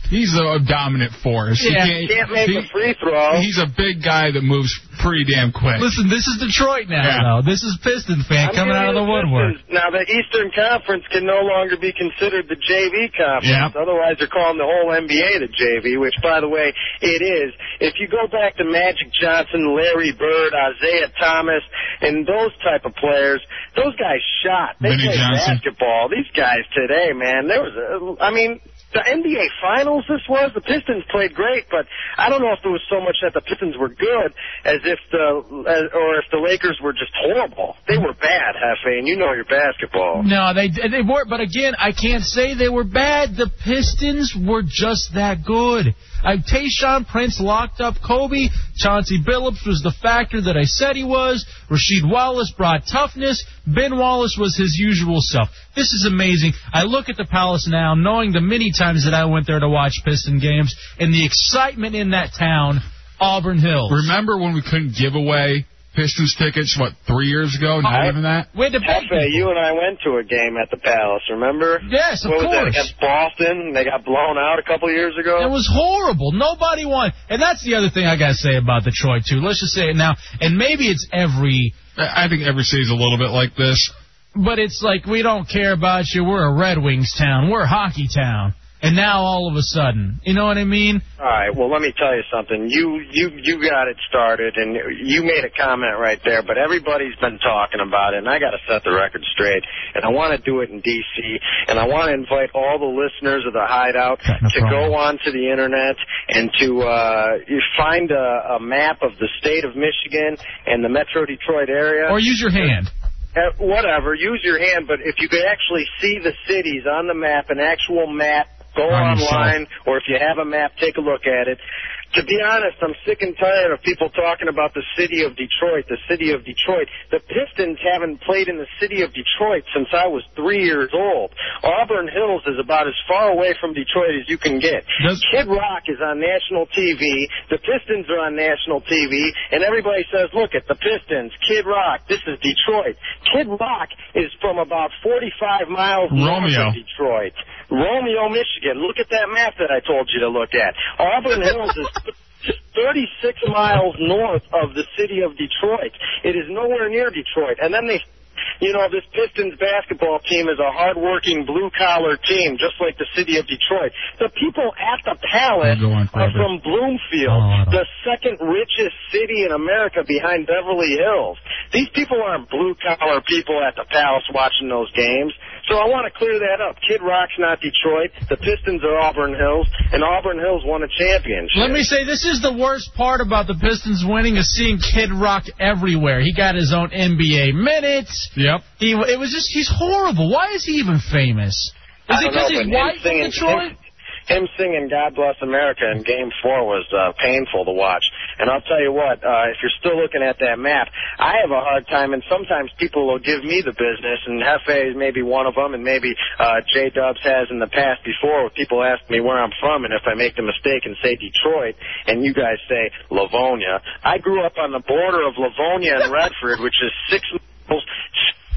he's a dominant force. He Yeah, can't make a free throw. He's a big guy that moves pretty damn quick. Listen, this is Detroit now, though. This is Piston fan I'm coming out of the giving you woodwork. Pistons. Now, the Eastern Conference can no longer be considered the JV Conference. Otherwise, they're calling the whole NBA the JV, which, by the way, it is. If you go back to Magic Johnson, Larry Bird, Isaiah Thomas, and those type of players, those guys shot. They Vinnie played Johnson. basketball. These guys today, man, there was, a, I mean, the NBA Finals this was, the Pistons played great, but I don't know if it was so much that the Pistons were good as if the, as, or if the Lakers were just horrible. They were bad, Hefe, and you know your basketball. No, they they weren't. But again, I can't say they were bad. The Pistons were just that good. I, Tayshawn Prince locked up Kobe. Chauncey Billups was the factor that I said he was. Rasheed Wallace brought toughness. Ben Wallace was his usual self. This is amazing. I look at the Palace now, knowing the many times that I went there to watch Piston games and the excitement in that town, Auburn Hills. Remember when we couldn't give away Pistons tickets? What three years ago? Not even that. Wait to Hefe, you and I went to a game at the Palace, remember? Yes, of what Was that, course. against Boston, they got blown out a couple years ago. It was horrible. Nobody won. And that's the other thing I got to say about Detroit, too. Let's just say it now. And maybe it's every. I think every city's a little bit like this. But it's like, we don't care about you. We're a Red Wings town. We're a hockey town. And now all of a sudden, you know what I mean? All right. Well, let me tell you something. You you you got it started, and you made a comment right there. But everybody's been talking about it, and I got to set the record straight. And I want to do it in D.C. And I want to invite all the listeners of the Hideout to go onto the internet and to uh, you find a, a map of the state of Michigan and the Metro Detroit area. Or use your hand. Uh, whatever, use your hand, but if you could actually see the cities on the map, an actual map, go On your online, or if you have a map, take a look at it. To be honest, I'm sick and tired of people talking about the city of Detroit, the city of Detroit. The Pistons haven't played in the city of Detroit since I was three years old. Auburn Hills is about as far away from Detroit as you can get. Kid Rock is on national TV. The Pistons are on national TV, and everybody says, "Look at the Pistons, Kid Rock. This is Detroit." Kid Rock is from about 45 miles north Romeo. of Detroit, Romeo, Michigan. Look at that map that I told you to look at. Auburn Hills is. 36 miles north of the city of Detroit. It is nowhere near Detroit. And then they, you know, this Pistons basketball team is a hardworking blue collar team, just like the city of Detroit. The people at the Palace are from Bloomfield, the second richest city in America behind Beverly Hills. These people aren't blue collar people at the Palace watching those games. So I want to clear that up. Kid Rock's not Detroit. The Pistons are Auburn Hills, and Auburn Hills won a championship. Let me say, this is the worst part about the Pistons winning is seeing Kid Rock everywhere. He got his own NBA minutes. Yep. He, it was just, he's horrible. Why is he even famous? Is I it don't know, because he's but him white from singing- Detroit? Him, him singing "God Bless America" in Game Four was uh, painful to watch. And I'll tell you what, uh, if you're still looking at that map, I have a hard time. And sometimes people will give me the business, and Hefe is maybe one of them, and maybe uh, J Dubs has in the past before. Where people ask me where I'm from, and if I make the mistake and say Detroit, and you guys say Livonia. I grew up on the border of Livonia and Redford, which is six miles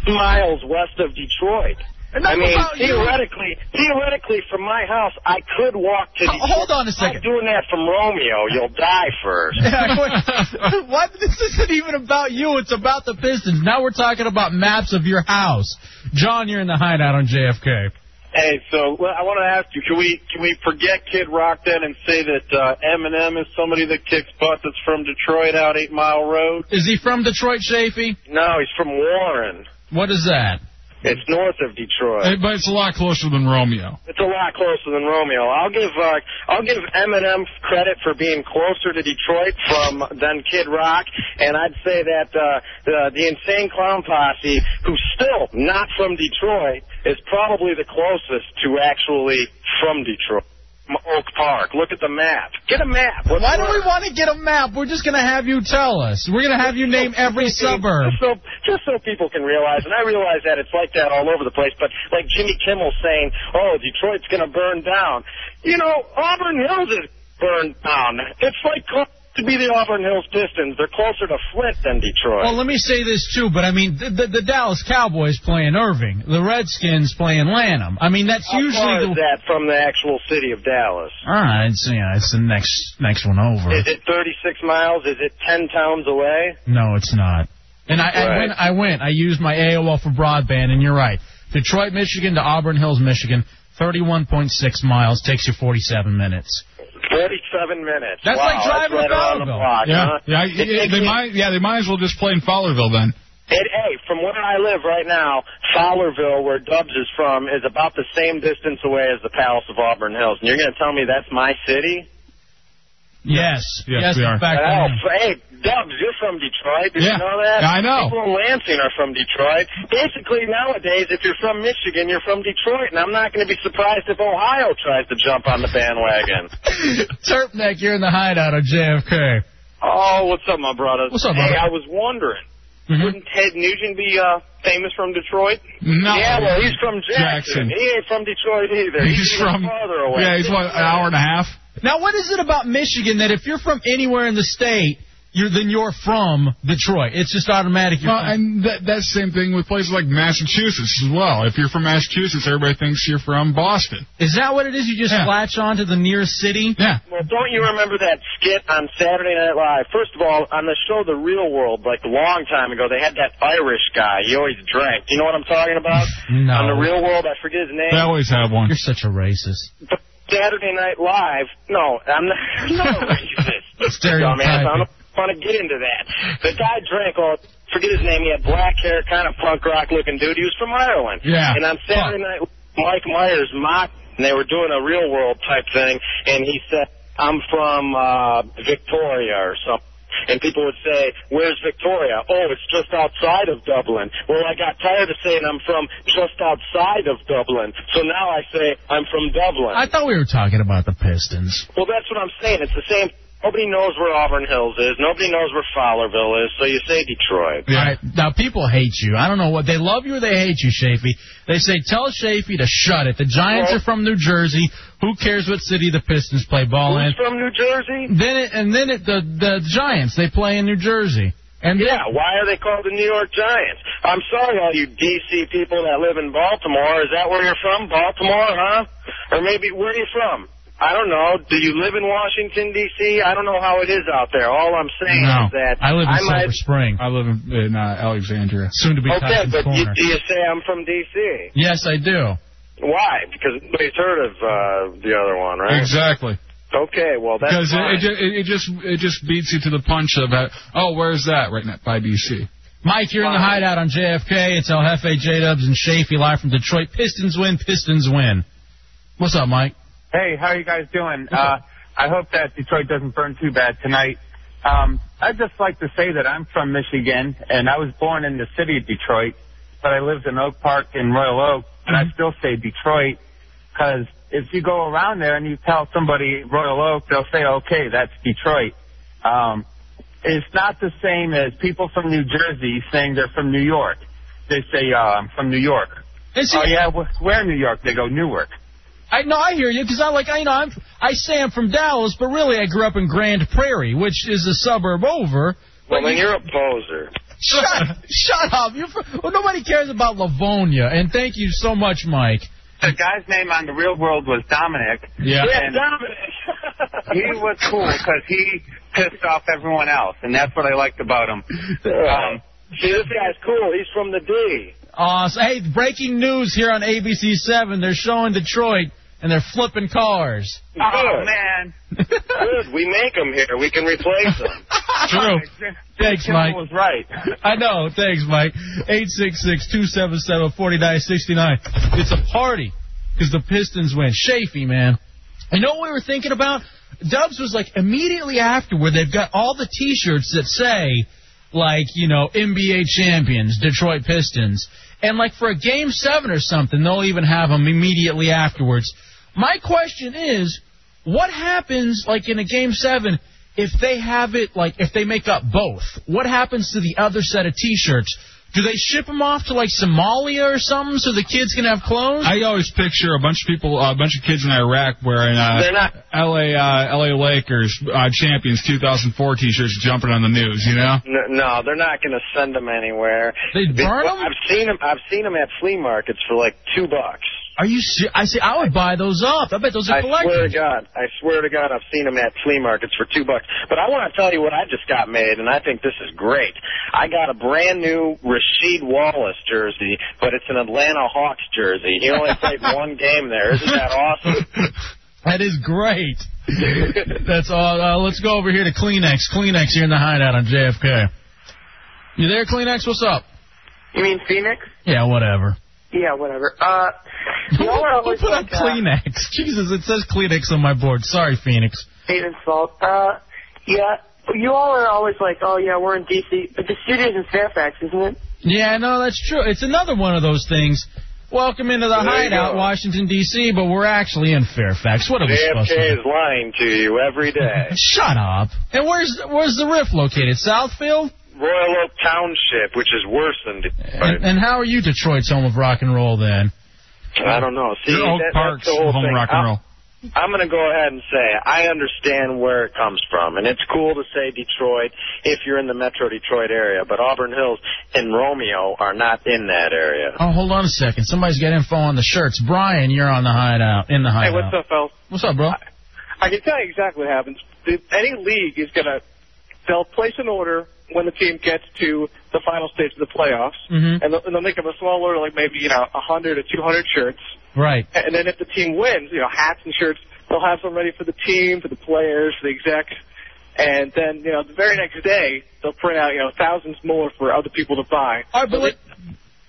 miles west of Detroit. I Enough mean, about you. theoretically, theoretically, from my house, I could walk to. Detroit. Oh, hold on a second. Stop doing that from Romeo, you'll die first. what? This isn't even about you. It's about the Pistons. Now we're talking about maps of your house. John, you're in the hideout on JFK. Hey, so well, I want to ask you, can we can we forget Kid Rock then and say that uh, Eminem is somebody that kicks butt that's from Detroit out Eight Mile Road? Is he from Detroit, Shafee? No, he's from Warren. What is that? It's north of Detroit. Eh, But it's a lot closer than Romeo. It's a lot closer than Romeo. I'll give uh, I'll give Eminem credit for being closer to Detroit from than Kid Rock, and I'd say that uh, the, the Insane Clown Posse, who's still not from Detroit, is probably the closest to actually from Detroit. From Oak Park. Look at the map. Get a map. What's Why do wrong? we want to get a map? We're just going to have you tell us. We're going to have you name every suburb. Just so, just so people can realize, and I realize that it's like that all over the place, but like Jimmy Kimmel saying, oh, Detroit's going to burn down. You know, Auburn Hills is burned down. It's like close to be the Auburn Hills Pistons. They're closer to Flint than Detroit. Well, let me say this too, but I mean, the, the, the Dallas Cowboys playing Irving, the Redskins playing Lanham. I mean, that's How usually far the. is that from the actual city of Dallas? All right, it's, yeah, it's the next next one over. Is it 36 miles? Is it 10 towns away? No, it's not. And I, I went. I went. I used my AOL for broadband, and you're right. Detroit, Michigan to Auburn Hills, Michigan, 31.6 miles takes you 47 minutes. 47 minutes. That's Wow, like driving that's right to around the Bonneville. block, Yeah, huh? yeah, It yeah, takes they me- might. Yeah, they might as well just play in Fowlerville then. It, hey, from where I live right now, Fowlerville, where Dubs is from, is about the same distance away as the Palace of Auburn Hills. And you're going to tell me that's my city? Yes, yes, we in are. fact, I oh, am. f- hey, Dubs, you're from Detroit. Did you Yeah, know that? I know. People in Lansing are from Detroit. Basically, nowadays, if you're from Michigan, you're from Detroit. And I'm not going to be surprised if Ohio tries to jump on the bandwagon. Turpneck, you're in the hideout of JFK. Mm-hmm. oh, what's up, my brother? What's up, Hey, I brother? was wondering, wouldn't Ted Nugent be uh, famous from Detroit? No. Yeah, well, he's from Jackson. Jackson. He ain't from Detroit either. He's, He's even from- farther away. Yeah, he's what an hour and a half. Now, what is it about Michigan that if you're from anywhere in the state, you're then you're from Detroit? It's just automatic. You're Well, and that that's the same thing with places like Massachusetts as well. If you're from Massachusetts, everybody thinks you're from Boston. Is that what it is? You just latch on to the nearest city? Yeah. Well, don't you remember that skit on Saturday Night Live? First of all, on the show The Real World, like a long time ago, they had that Irish guy. He always drank. You know what I'm talking about? No. On The Real World, I forget his name. They always have one. You're such a racist. Saturday Night Live. No, I'm not. I'm not a racist. Dumbass. I don't want to get into that. The guy drank all. Forget his name. He had black hair, kind of punk rock looking dude. He was from Ireland. Yeah. And on Saturday Night, Mike Myers mocked, and they were doing a real world type thing, and he said, "I'm from uh, Victoria or something." And people would say, where's Victoria? Oh, it's just outside of Dublin. Well, I got tired of saying I'm from just outside of Dublin. So now I say I'm from Dublin. I thought we were talking about the Pistons. Well, that's what I'm saying. It's the same. Nobody knows where Auburn Hills is. Nobody knows where Fowlerville is. So you say Detroit. All right, now people hate you. I don't know what they love you or they hate you, Shafee. They say tell Shafee to shut it. The Giants Well- are from New Jersey. Who cares what city the Pistons play ball Who's in? from New Jersey? Then it, and then it, the the Giants they play in New Jersey. And then- Yeah, why are they called the New York Giants? I'm sorry, all you D.C. people that live in Baltimore. Is that where you're from? Baltimore, huh? Or maybe, where are you from? I don't know. Do you live in Washington, D.C.? I don't know how it is out there. All I'm saying is that I might... Spring. I live in, in uh, Alexandria. Soon to Okay, but you, do you say I'm from D.C.? Yes, I do. Why? Because nobody's heard of uh, the other one, right? Exactly. Okay, well, that's Because fine. it, it, ju- it, it just it just beats you to the punch of uh, oh where's that right now by DC. Mike, you're in the hideout on JFK. It's El Jefe, J Dubs, and Shafee live from Detroit. Pistons win. Pistons win. What's up, Mike? Hey, how are you guys doing? Uh, I hope that Detroit doesn't burn too bad tonight. Um, I'd just like to say that I'm from Michigan, and I was born in the city of Detroit, but I lived in Oak Park in Royal Oak, and Mm-hmm. I still say Detroit because if you go around there and you tell somebody Royal Oak, they'll say, okay, that's Detroit. Um, it's not the same as people from New Jersey saying they're from New York. They say, uh, I'm from New York. oh, yeah, wh- where in New York? They go, Newark. I no, I hear you because I like I you know I'm I say I'm from Dallas, but really I grew up in Grand Prairie, which is a suburb over. well, but then you- you're a poser. shut shut up. You're from, well, nobody cares about Livonia, and thank you so much, Mike. The guy's name on the real world was Dominic. Yeah. Yeah, and he was cool because he pissed off everyone else, and that's what I liked about him. Um, See, this guy's cool. He's from the D. Uh, so, hey, breaking news here on ABC Seven. They're showing Detroit, and they're flipping cars. oh man, Good. We make them here. We can replace them. It's true. Thanks, Mike. was right. I know. Thanks, Mike. 866-277-4969. It's a party because the Pistons win. Shafee, man. You know what we were thinking about? Dubs was like immediately afterward. They've got all the T-shirts that say like you know NBA champions, Detroit Pistons, and like for a game seven or something, they'll even have them immediately afterwards. My question is, what happens like in a game seven if they have it like if they make up both? What happens to the other set of T-shirts? Do they ship them off to like Somalia or something so the kids can have clones? I always picture a bunch of people, uh, a bunch of kids in Iraq wearing uh, They're not- LA uh, LA Lakers uh, champions 2004 T-shirts, jumping on the news. You know. N- No, they're not going to send them anywhere. They burn 'em? I've seen them. I've seen them at flea markets for like two bucks. Are you? Se- I say I would buy those up. I bet those are I swear collectors. to God, I swear to God, I've seen them at flea markets for two bucks. But I want to tell you what I just got made, and I think this is great. I got a brand new Rasheed Wallace jersey, but it's an Atlanta Hawks jersey. He only played one game there. Isn't that awesome? That is great. That's all. Uh, let's go over here to Kleenex. Kleenex, you're in the hideout on JFK. You there, Kleenex? What's up? You mean Phoenix? Yeah, whatever. Yeah, whatever. Uh, Uh-huh, you know what I Who always put up like, uh, Kleenex? Jesus, it says Kleenex on my board. Sorry, Phoenix. Satan's fault. Uh, yeah, you all are always like, oh yeah, we're in D.C., but the studio's in Fairfax, isn't it? Yeah, no, that's true. It's another one of those things. Welcome into the There you hideout, go. Washington D.C., but we're actually in Fairfax. What are we supposed to? do? JFK is lying to you every day. Shut up. And where's where's the riff located? Southfield. Royal Oak Township, which is worse than And, Detroit. and how are you Detroit's home of rock and roll then? I don't know. See, Oak that, Park's that's the whole home thing. rock and roll. I'm, I'm going to go ahead and say I understand where it comes from, and it's cool to say Detroit if you're in the Metro Detroit area, but Auburn Hills and Romeo are not in that area. Oh, hold on a second. Somebody's got info on the shirts. Brian, you're on the hideout. In the Hey, hideout. what's up, fellas? What's up, bro? I can tell you exactly what happens. The- Any league is going to, they'll place an order when the team gets to the final stage of the playoffs, Mhm. and, they'll, and they'll make up a small order, like maybe, you know, 100 or 200 shirts, Right. and then if the team wins, you know, hats and shirts, they'll have some ready for the team, for the players, for the execs, and then, you know, the very next day, they'll print out, you know, thousands more for other people to buy. All right, but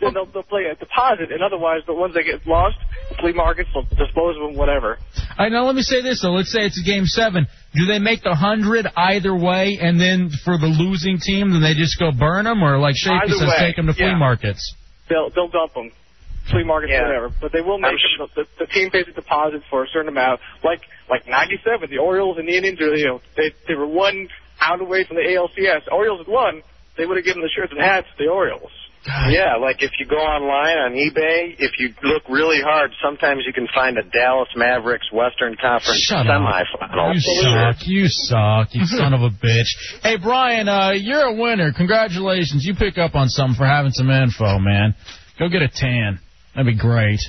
then they'll, they'll play a deposit, and otherwise, the ones that get lost, flea markets, will dispose of them, whatever. All right, now let me say this though. Let's say it's a game seven. Do they make the hundred either way, and then for the losing team, then they just go burn them, or like Shapey Either says, way, take them to yeah. flea markets? They'll they'll dump them, flea markets, Yeah. whatever. But they will make them, the, the team pays a deposit for a certain amount. Like like '97, the Orioles and the Indians are you know they they were one out away from the ALCS. Orioles had won, they would have given the shirts and hats to the Orioles. Yeah, like if you go online on eBay, if you look really hard, sometimes you can find a Dallas Mavericks Western Conference Shut semifinal. up. You suck. You suck. You son of a bitch. Hey, Brian, uh, you're a winner. Congratulations. You pick up on something for having some info, man. Go get a tan. That'd be great.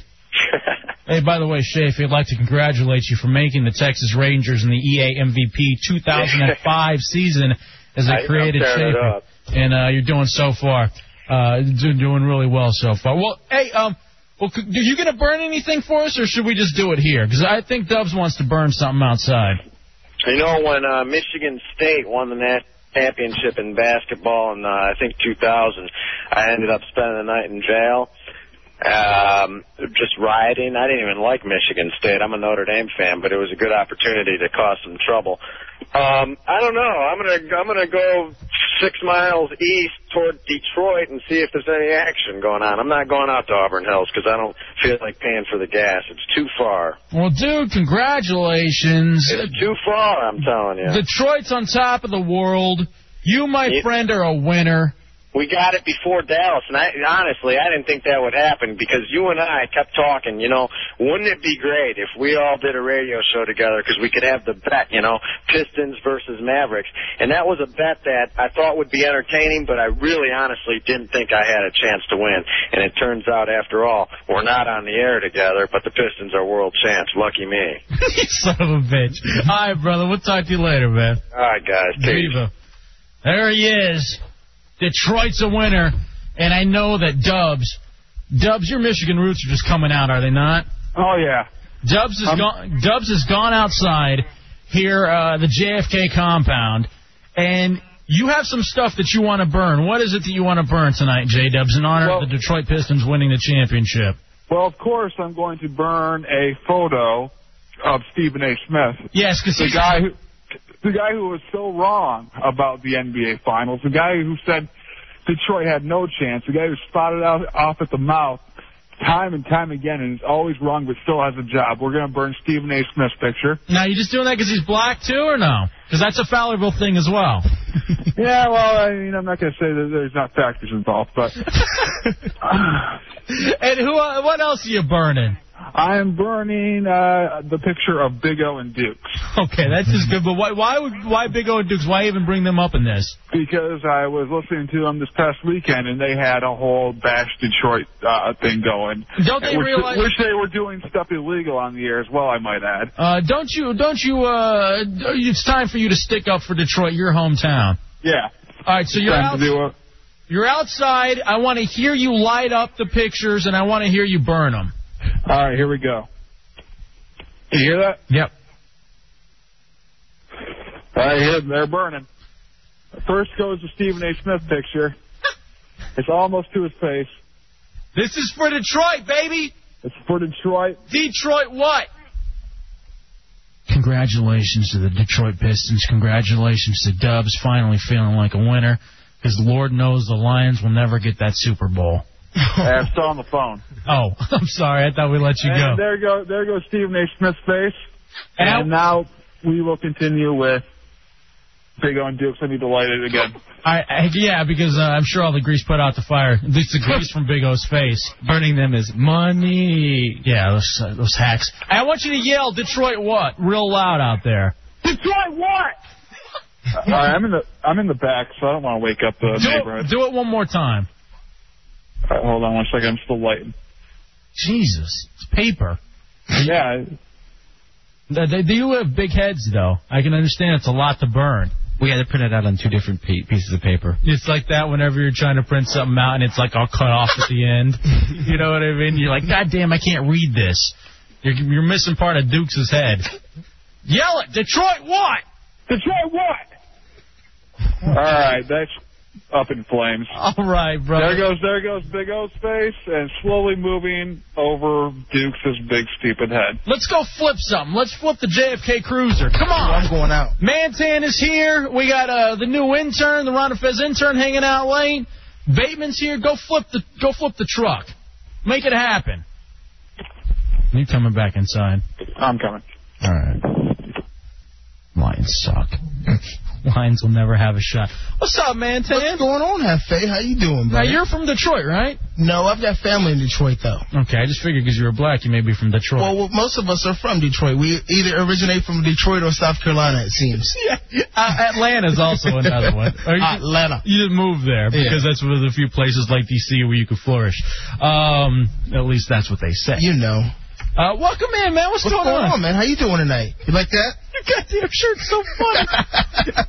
hey, by the way, Shafe, I'd like to congratulate you for making the Texas Rangers in the E EA MVP 2005 season as I- they I'm created tearing it Shafe. up. And uh, you're doing so far. Uh, do- doing really well so far. Well, hey, um, well, c- are you gonna burn anything for us, or should we just do it here? Because I think Dubs wants to burn something outside. You know, when uh, Michigan State won the national championship in basketball in, uh, I think, 2000, I ended up spending the night in jail um, just rioting. I didn't even like Michigan State. I'm a Notre Dame fan, but it was a good opportunity to cause some trouble. Um, I don't know. I'm gonna I'm gonna go six miles east toward Detroit and see if there's any action going on. I'm not going out to Auburn Hills because I don't feel like paying for the gas. It's too far. Well, dude, congratulations. It's too far. I'm telling you. Detroit's on top of the world. You, my friend, are a winner. We got it before Dallas, and I honestly I didn't think that would happen because you and I kept talking. You know, wouldn't it be great if we all did a radio show together? Because we could have the bet, you know, Pistons versus Mavericks, and that was a bet that I thought would be entertaining, but I really honestly didn't think I had a chance to win. And it turns out, after all, we're not on the air together, but the Pistons are world champs. Lucky me. you son of a bitch. All right, brother. We'll talk to you later, man. All right, guys. Peace. Viva. There he is. Detroit's a winner, and I know that Dubs, Dubs, your Michigan roots are just coming out, are they not? Oh yeah. Um, Dubs has gone. Dubs has gone outside here, uh, the JFK compound, and You have some stuff that you want to burn. What is it that you want to burn tonight, J Dubs, in honor of the Detroit Pistons winning the championship? Well, of course, I'm going to burn a photo of Stephen A. Smith. Yes, 'cause the he's- guy who the guy who was so wrong about the NBA Finals, the guy who said Detroit had no chance, the guy who spotted out off at the mouth time and time again and is always wrong but still has a job. We're going to burn Stephen A. Smith's picture. Now, you just doing that because he's black too, or no? Because that's a Fowlerville thing as well. yeah, well, I mean, I'm not going to say that there's not factors involved, but and who? Uh, what else are you burning? I am burning uh, the picture of Big O and Duke Okay, that's just good. But why? Why would? Why Big O and Dukes? Why even bring them up in this? because I was listening to them this past weekend and they had a whole bash Detroit uh, thing going. Don't they which, realize- Which they were doing stuff illegal on the air as well, I might add. Uh, don't you? Don't you? Uh, it's time for you to stick up for Detroit, your hometown. Yeah. All right, so you're Time to out- do it. You're outside. I want to hear you light up the pictures, and I want to hear you burn them. All right, here we go. You hear that? Yep. I hear them. They're burning. First goes the Stephen A. Smith picture. it's almost to his face. This is for Detroit, baby. It's for Detroit. Detroit, what? Congratulations to the Detroit Pistons. Congratulations to Dubs finally feeling like a winner, because Lord knows the Lions will never get that Super Bowl. I'm still on the phone. Oh, I'm sorry. I thought we let you and go. there go there goes Stephen A. Smith's face. And now we will continue with Big O and Dukes. I need to light it again. I, I, yeah, because uh, I'm sure all the grease put out the fire. At least the grease from Big O's face. Burning them is money. Yeah, those uh, those hacks. I want you to yell Detroit what real loud out there. Detroit what? All right, I'm in the I'm in the back, so I don't want to wake up the do, neighborhood. it, do it one more time. All right, hold on one second. I'm still lighting. Jesus, it's paper. Yeah. They, they do have big heads though. I can understand it's a lot to burn. We had to print it out on two different pe- pieces of paper. It's like that whenever you're trying to print something out and it's like all cut off at the end. You know what I mean? You're like, God damn, I can't read this. You're, you're missing part of Dukes' head. Yell it, Detroit what? Detroit what? All right, that's up in flames. All right, brother. There goes there goes Big O's face, and slowly moving over Dukes' big stupid head. Let's go flip something. Let's flip the JFK Cruiser. Come on. I'm going out. Mantan is here. We got uh, the new intern, the Ron and Fez intern, hanging out late. Bateman's here. Go flip the go flip the truck. Make it happen. You coming back inside? I'm coming. All right. Lions suck. Lions will never have a shot. What's up, man? What's going on, Hefe? How you doing, bro? Now you're from Detroit, right? No, I've got family in Detroit though. Okay, I just figured because you were black, you may be from Detroit. Well, well, most of us are from Detroit. We either originate from Detroit or South Carolina, it seems. uh, Atlanta's also another one. Or you- Atlanta. You didn't move there because that's one of the few places like D.C. where you could flourish. Um, at least that's what they say. You know. Uh, welcome in, man. What's, going, on? man? How you doing tonight? You like that? Your goddamn shirt's so funny.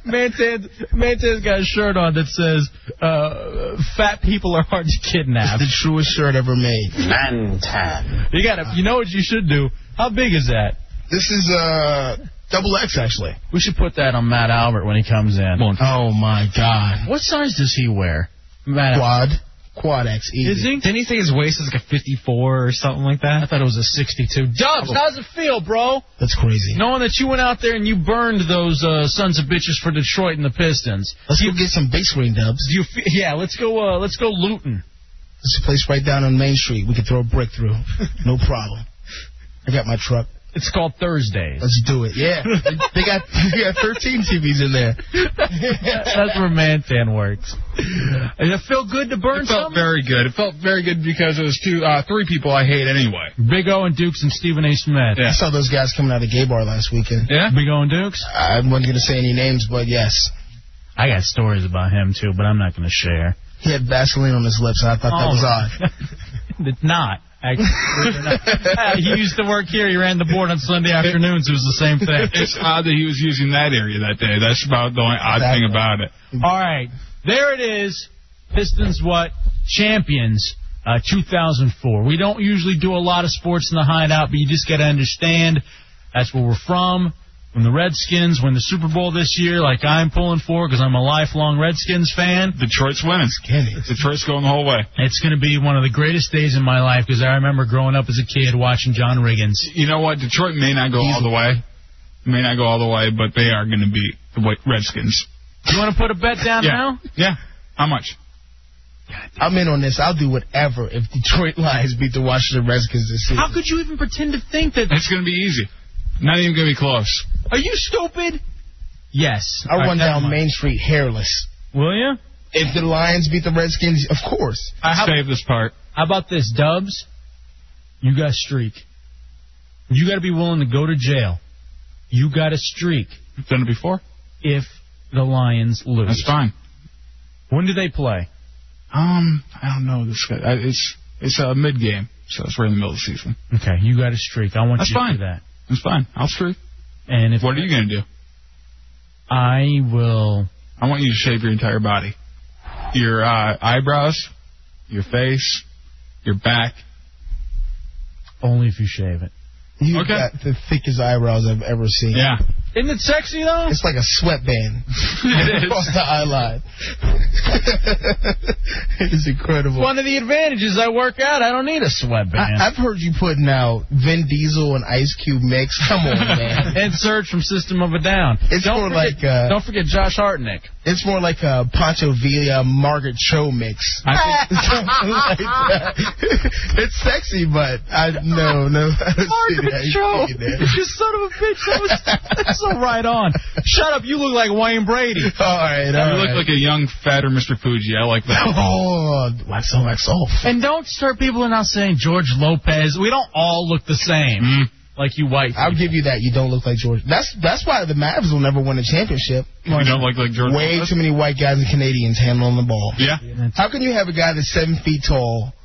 Mantan's, Mantan's got a shirt on that says, uh, fat people are hard to kidnap. The truest shirt ever made. Mantan. You gotta, you know what you should do? How big is that? This is uh double X actually. We should put that on Matt Albert when he comes in. Oh my God. What size does he wear? Matt Quad. Quad X. Easy. Is he? Didn't he say his waist is like a 54 or something like that? I thought it was a 62. Dubs, how's it feel, bro? That's crazy. Knowing that you went out there and you burned those uh, sons of bitches for Detroit and the Pistons. Let's go get some big screen dubs. Do you fe- yeah, let's go. Uh, let's go looting. It's a place right down on Main Street. We can throw a brick through. No problem. I got my truck. It's called Thursdays. Let's do it. Yeah. they got they got 13 TVs in there. That's where Mantan works. Did it feel good to It burn felt very good. It felt very good because it was two, uh, three people I hate anyway. Big O and Dukes and Stephen A. Smith. I saw those guys coming out of the gay bar last weekend. Yeah. Big O and Dukes. I wasn't gonna say any names, but yes, I got stories about him too, but I'm not going to share. he had Vaseline on his lips, and I thought that Oh. was odd. It's not. Actually, they're not. Uh, he used to work here. He ran the board on Sunday afternoons. It was the same thing. It's odd that he was using that area that day. That's about the only odd thing about it. All right. There it is. Pistons what? Champions. Uh, 2004. We don't usually do a lot of sports in the hideout, but you just got to understand that's where we're from. when the Redskins win the Super Bowl this year, like I'm pulling for because I'm a lifelong Redskins fan, Detroit's winning. Detroit's going the whole way. It's going to be one of the greatest days in my life because I remember growing up as a kid watching John Riggins. You know what? Detroit may not go all the way. May not go all the way, but they are going to be the White Redskins. You want to put a bet down yeah. now? Yeah. How much? I'm in on this. I'll do whatever if Detroit Lions beat the Washington Redskins this season. How could you even pretend to think that? It's going to be easy. Not even going to be close. Are you stupid? Yes. I All right, run never down mind. Main Street hairless. Will you? If the Lions beat the Redskins, of course. Save this part. How about this, Dubs? You got streak. You got to be willing to go to jail. You got a streak. Done it before. If the Lions lose, That's fine. When do they play? Um, I don't know. This guy, I, it's it's a uh, mid game, so it's right in the middle of the season. Okay, you got a streak. I want That's you to fine. do that. That's fine. I'll streak. And if what are you going to do? I will. I want you to shave your entire body, your uh, eyebrows, your face, your back. Only if you shave it. You got the thickest eyebrows I've ever seen. Yeah. Isn't it sexy though? It's like a sweatband It is. across the eye line. it's incredible. One of the advantages I work out. I don't need a sweatband. I, I've heard you putting out Vin Diesel and Ice Cube mix. Come on, man. and Surge from System of a Down. It's don't more like, forget, uh, don't forget Josh Hartnett. It's more like a Pancho Villa Margaret Cho mix. I Something like that. it's sexy, but I no no. I don't see that. You Joe, see you that. son of a bitch. That was, that's so right on. Shut up. You look like Wayne Brady. All right, all you look right. like a young, fatter Mr. Fuji. I like that. Oh, wax on, wax off. And don't start people now saying George Lopez. We don't all look the same. Mm-hmm. Like you white. I'll give you that. You don't look like George. That's that's why the Mavs will never win a championship. You don't look like George. Way Lopez? too many white guys and Canadians handling the ball. Yeah. How can you have a guy that's seven feet tall,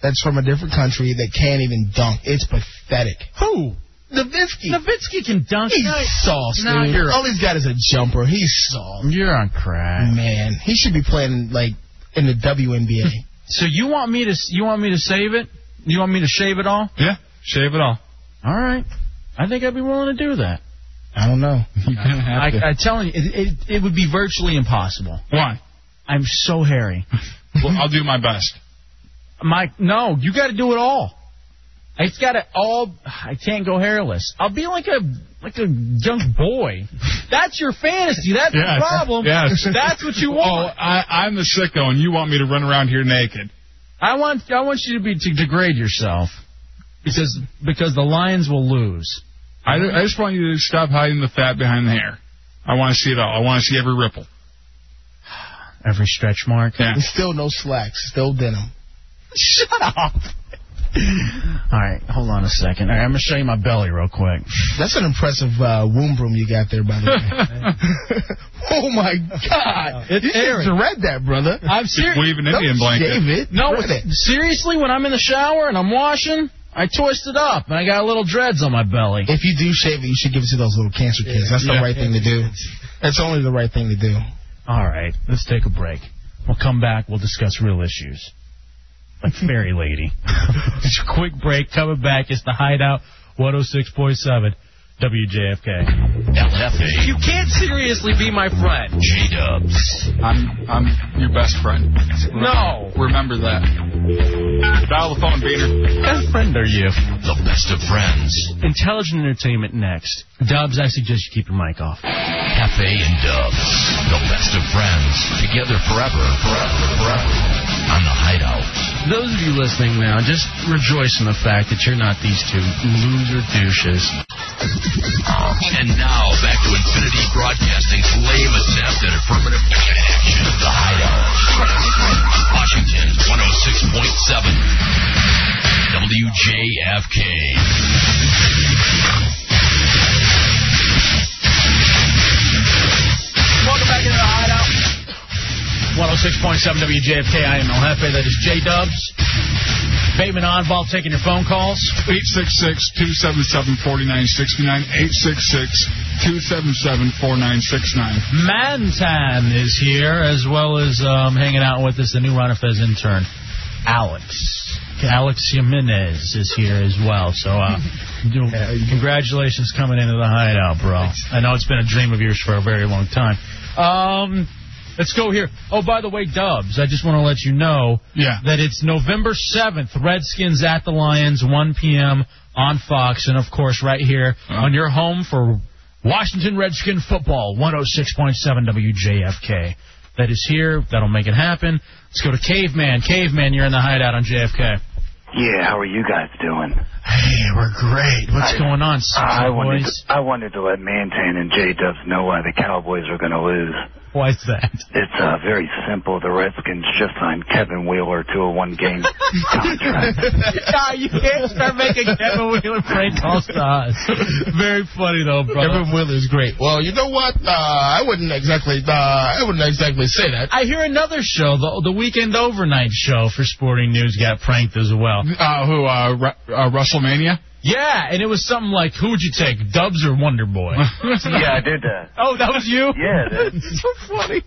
that's from a different country, that can't even dunk? It's pathetic. Who? Nowitzki. Nowitzki can dunk. He's No, sauce, no, dude. you're- All he's got is a jumper. He's sauce. You're on crack. Man, he should be playing like in the WNBA. So you want me to you want me to save it? You want me to shave it all? Yeah. Shave it all. All right. I think I'd be willing to do that. I don't know. You're gonna have I, to. I telling you, it, it it would be virtually impossible. Why? I'm so hairy. Well, I'll do my best. Mike, no, you got to do it all. It's got to all. I can't go hairless. I'll be like a like a young boy. That's your fantasy. That's Yes, the problem. yes. That's what you Oh, want. I, I'm the sicko, and you want me to run around here naked? I want I want you to be to degrade yourself because because the Lions will lose. I, I just want you to stop hiding the fat behind the hair. I want to see it all. I want to see every ripple. Every stretch mark. Yeah. And still no slacks, still denim. Shut up. All right, hold on a second. All right, I'm gonna show you my belly real quick. That's an impressive uh, womb room you got there, by the way. oh my God! It's you should airy. have read that, brother. I'm Just serious. wave an Indian blanket. shave it. No, read it. seriously, when I'm in the shower and I'm washing, I twist it up and I got little dreads on my belly. If you do shave it, you should give it to those little cancer kids. That's the Yeah. right thing to do. That's only the right thing to do. All right, let's take a break. We'll come back. We'll discuss real issues, like fairy lady. it's a quick break. Coming back. It's the Hideout 106.7 WJFK. LFA. You can't seriously be my friend. J Dubs. I'm I'm your best friend. No. Remember that. Dial the phone, Beaner. What friend are you? The best of friends. Intelligent entertainment next. Dubs, I suggest you keep your mic off. Cafe and Dubs. The best of friends. Together forever. Forever. Forever. On the Hideout. Those of you listening now, just rejoice in the fact that you're not these two loser douches. And now back to Infinity Broadcasting's lame attempt at affirmative action. The Hideout. Washington 106.7. WJFK. Welcome back into the Hideout. 106.7 WJFK. I am El Jefe. That is J Dubs. Bateman Onval taking your phone calls. 866-277-4969. 866-277-4969. Mantan is here, as well as um, hanging out with us, the new Ronafez intern, Alex. Alex Jimenez is here as well. So uh, Congratulations coming into the hideout, bro. I know it's been a dream of yours for a very long time. Um, let's go here. Oh, by the way, Dubs, I just want to let you know that it's November 7th, Redskins at the Lions, 1 p.m. on Fox, and of course, right here on your home for Washington Redskin football, 106.7 WJFK. That is here. That'll make it happen. Let's go to Caveman. Caveman, you're in the hideout on JFK. Yeah, how are you guys doing? Hey, we're great. What's I- going on, sexy I wanted, boys? to, I wanted to let Mantan and J Dubs know why the Cowboys are going to lose. Why's that? It's uh, very simple. The Redskins just signed Kevin Wheeler to a one game contract. no, you can't start making Kevin Wheeler play calls to us. Very funny though, bro. Kevin Wheeler's great. Well, you know what? Uh, I wouldn't exactly. Uh, I wouldn't exactly say that. I hear another show, the, the weekend overnight show for Sporting News, got pranked as well. Uh, who? Uh, Ru- uh, WrestleMania. Yeah, and it was something like, who would you take, Dubs or Wonder Boy? yeah, I did that. Oh, that was you? Yeah. so funny.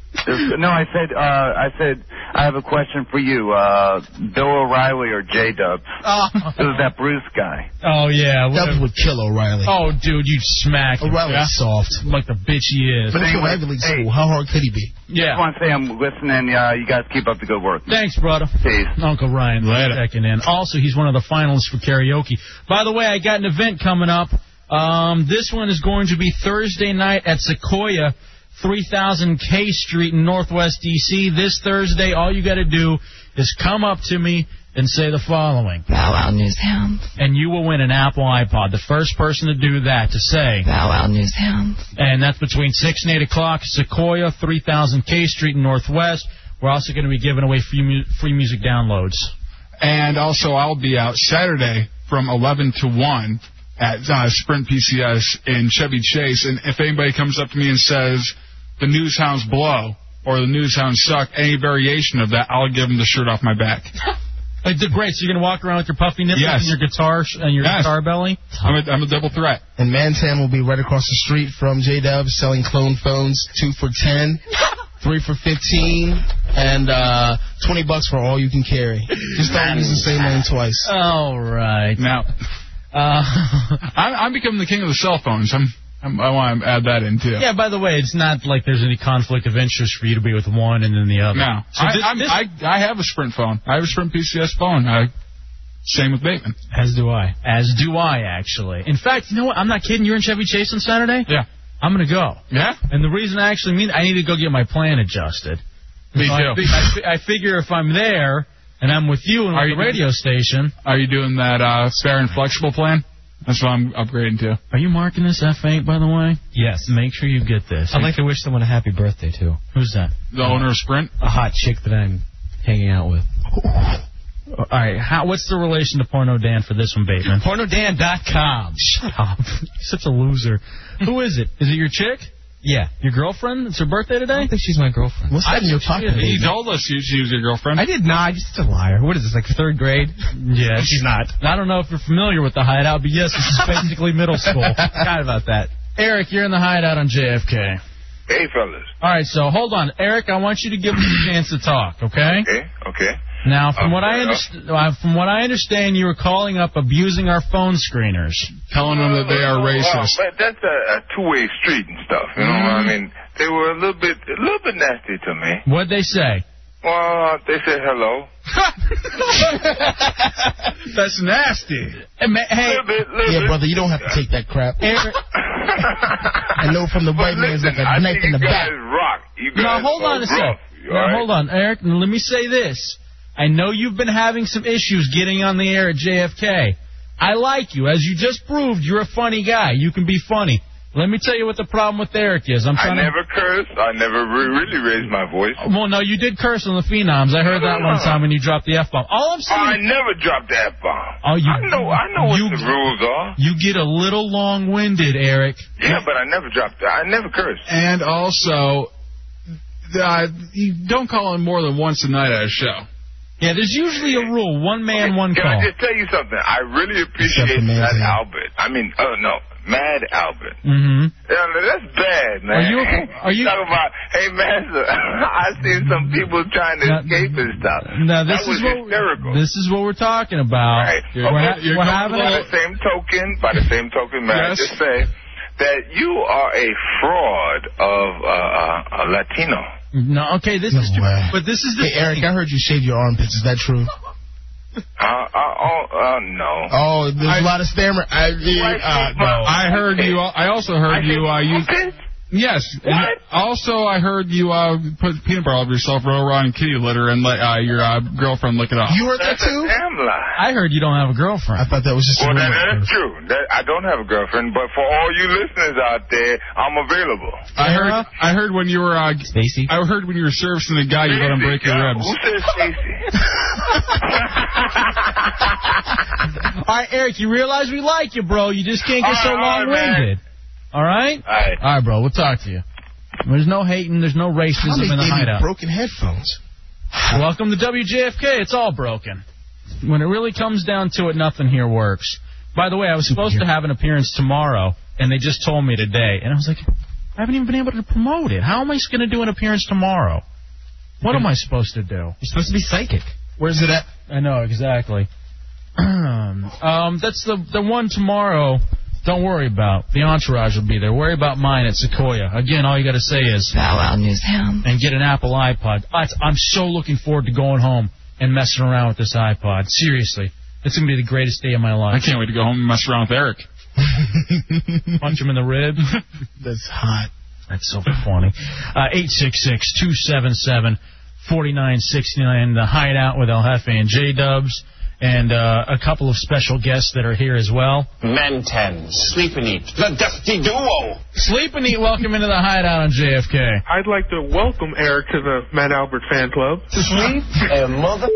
No, I said, uh, I said, I have a question for you. Uh, Bill O'Reilly or J Dubs? Oh. It was that Bruce guy. Oh yeah, Dubs would kill O'Reilly. Oh, dude, you smack. O'Reilly's soft, like the bitch he is. But it's anyway, Ivy League school. How hard could he be? I Yeah. just want to say I'm listening. Uh, you guys keep up the good work. Thanks, brother. Uncle Ryan checking in. Also, he's one of the finalists for karaoke. By the way, I got an event coming up. Um, this one is going to be Thursday night at Sequoia, 3000 K Street in Northwest D.C. This Thursday, all you got to do is come up to me and say the following. Bow Wow Newshound. And you will win an Apple iPod. The first person to do that to say. Bow Wow Newshound. And that's between 6 and 8 o'clock, Sequoia, 3000 K Street in Northwest. We're also going to be giving away free, mu- free music downloads. And also, I'll be out Saturday from 11 to 1 at uh, Sprint PCS in Chevy Chase. And if anybody comes up to me and says, the news hounds blow or the news hounds suck, any variation of that, I'll give them the shirt off my back. Like, the- great. So you're gonna walk around with your puffy nipples Yes. and your guitar sh- and your Yes. guitar belly. I'm a, I'm a double threat. And Mantan will be right across the street from J Dub selling clone phones, two for ten, three for fifteen, and uh, twenty bucks for all you can carry. Just don't use the same name twice. Uh, All right. Uh, Now, I'm, I'm becoming the king of the cell phones. I'm, I'm, I want to add that in, too. Yeah. By the way, it's not like there's any conflict of interest for you to be with one and then the other. No. So I, thi- I'm, this- I, I have a Sprint phone. I have a Sprint PCS phone. I, same with Bateman. As do I. As do I, actually. In fact, you know what? I'm not kidding. You're in Chevy Chase on Saturday? Yeah. I'm going to go. Yeah? And the reason I actually mean I need to go get my plan adjusted. Me You know, I, too. fi- I, fi- I figure if I'm there and I'm with you and Are on you the radio station. Are you doing that uh, fair and flexible plan? That's what I'm upgrading to. Are you marking this F8, by the way? Yes. Make sure you get this. I'd like to wish someone a happy birthday too. Who's that? The owner of Sprint. A hot chick that I'm hanging out with. All right. How, what's the relation to Porno Dan for this one, Bateman? PornoDan.com. Shut up. You're such a loser. Who is it? Is it your chick? Yeah. Your girlfriend? It's her birthday today? I think she's my girlfriend. What's that in your pocket? He told us she, she was your girlfriend. I did not. You're such a liar. What is this, like third grade? Yeah, she's not. I don't know if you're familiar with the hideout, but yes, this is basically middle school. Forgot about that. Eric, you're in the hideout on JFK. Hey, fellas. All right, so hold on, Eric. I want you to give us a chance to talk, okay? Okay, okay. Now, from what Okay, I understand, uh, from what I understand, you were calling up abusing our phone screeners, telling them that they are racist. Well, but that's a, a two-way street and stuff. You know Mm-hmm. what I mean? They were a little bit, a little bit nasty to me. What'd they say? Well, they said hello. That's nasty. Hey, yeah, brother, you don't have to take that crap. Eric, I know from the white man's like a knife in the back. rock. You Now guys hold are on a rough. sec. You Now all right? hold on, Eric. and Let me say this. I know you've been having some issues getting on the air at JFK. I like you, as you just proved. You're a funny guy. You can be funny. Let me tell you what the problem with Eric is. I'm I trying never cursed. I never re- really raised my voice. to. Well, no, you did curse on the phenoms. I heard that one time when you dropped the f bomb. All I'm saying. I never dropped the F bomb. Oh, you- I know, I know what you- the rules are. You get a little long-winded, Eric. Yeah, but I never dropped that. I never cursed. And also, uh, you don't call in more than once a night at a show. Yeah, there's usually a rule: one man, one Can call. I just tell you something? I really appreciate that Albert. I mean, oh no, Mad Albert. Mm-hmm. Yeah, man, that's bad, man. Are you- are you- talking about? Hey, master, I seen some people trying to escape and stuff. Now this that was is what hysterical. this is what we're talking about. Right. We're, ha- Okay, no, we're having by a the same token, by the same token, man, Yes. just say that you are a fraud of uh, uh, a Latino. no. Okay, this is but this is the Hey, Eric, I heard you shaved your armpits. Is that true? Uh, uh, oh, uh, no. Oh, there's a lot of stammer. I mean, uh, no. I heard you. I also heard you. Uh, you yes. and Also, I heard you uh, put peanut butter all over yourself, roll around in kitty litter, and let uh, your uh, girlfriend lick it off. You heard that too? I heard you don't have a girlfriend. I thought that was just Well, a that, rumor. that's true. That, I don't have a girlfriend, but for all you listeners out there, I'm available. I heard. I heard when you were. Uh, Stacy. I heard when you were servicing a guy, you let him break your ribs. Who says Stacy? All right, Eric, you realize we like you, bro. You just can't get so All right, all right, long winded. All right? All right. All right, bro. We'll talk to you. There's no hating. There's no How racism many in the gave you hideout. broken headphones? Welcome to WJFK. It's all broken. When it really comes down to it, nothing here works. By the way, I was supposed to have an appearance tomorrow, and they just told me today. And I was like, I haven't even been able to promote it. How am I going to do an appearance tomorrow? What am I supposed to do? You're supposed to be psychic. Where's it at? I know, exactly. um, that's the, the one tomorrow. Don't worry about. The entourage will be there. Worry about mine at Sequoia. Again, all you got to say is Bow Wow Newshound and get an Apple iPod. I, I'm so looking forward to going home and messing around with this iPod. Seriously, it's gonna be the greatest day of my life. I can't wait to go home and mess around with Eric. Punch him in the rib. That's hot. That's so funny. Uh, Eight six six two seven seven forty nine sixty nine. The hideout with El Jefe and J Dubs, and uh, a couple of special guests that are here as well. Menten, Sleep and Eat, the Dusty Duo. Sleep and eat. Welcome into the hideout on JFK. I'd like to welcome Eric to the Matt Albert fan club. Sleep and mother.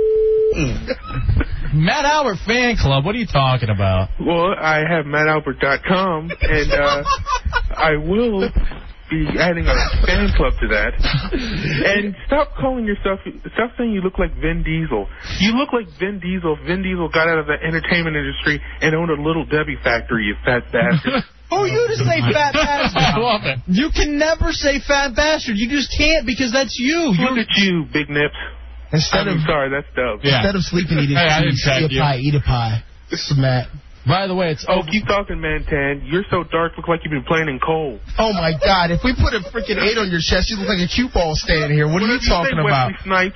Matt Albert fan club. What are you talking about? Well, I have MattAlbert.com, and uh, I will be adding a fan club to that. And stop calling yourself, stop saying you look like Vin Diesel. You look like Vin Diesel. if Vin Diesel got out of the entertainment industry and owned a Little Debbie factory, you fat Who bastard. are Oh, you to say fat bastard? I love it. You can never say fat bastard. You just can't because that's you. Look at you, Big Nips. Instead I'm of- sorry, that's dope. Instead of sleeping, eating eat a pie, eat a pie. Smack. By the way, it's oh, keep talking, man. Tan, you're so dark. Look like you've been playing in coal. Oh my God! If we put a freaking eight on your chest, you look like a cue ball stand here. What are you talking Say about? Wesley Snipes.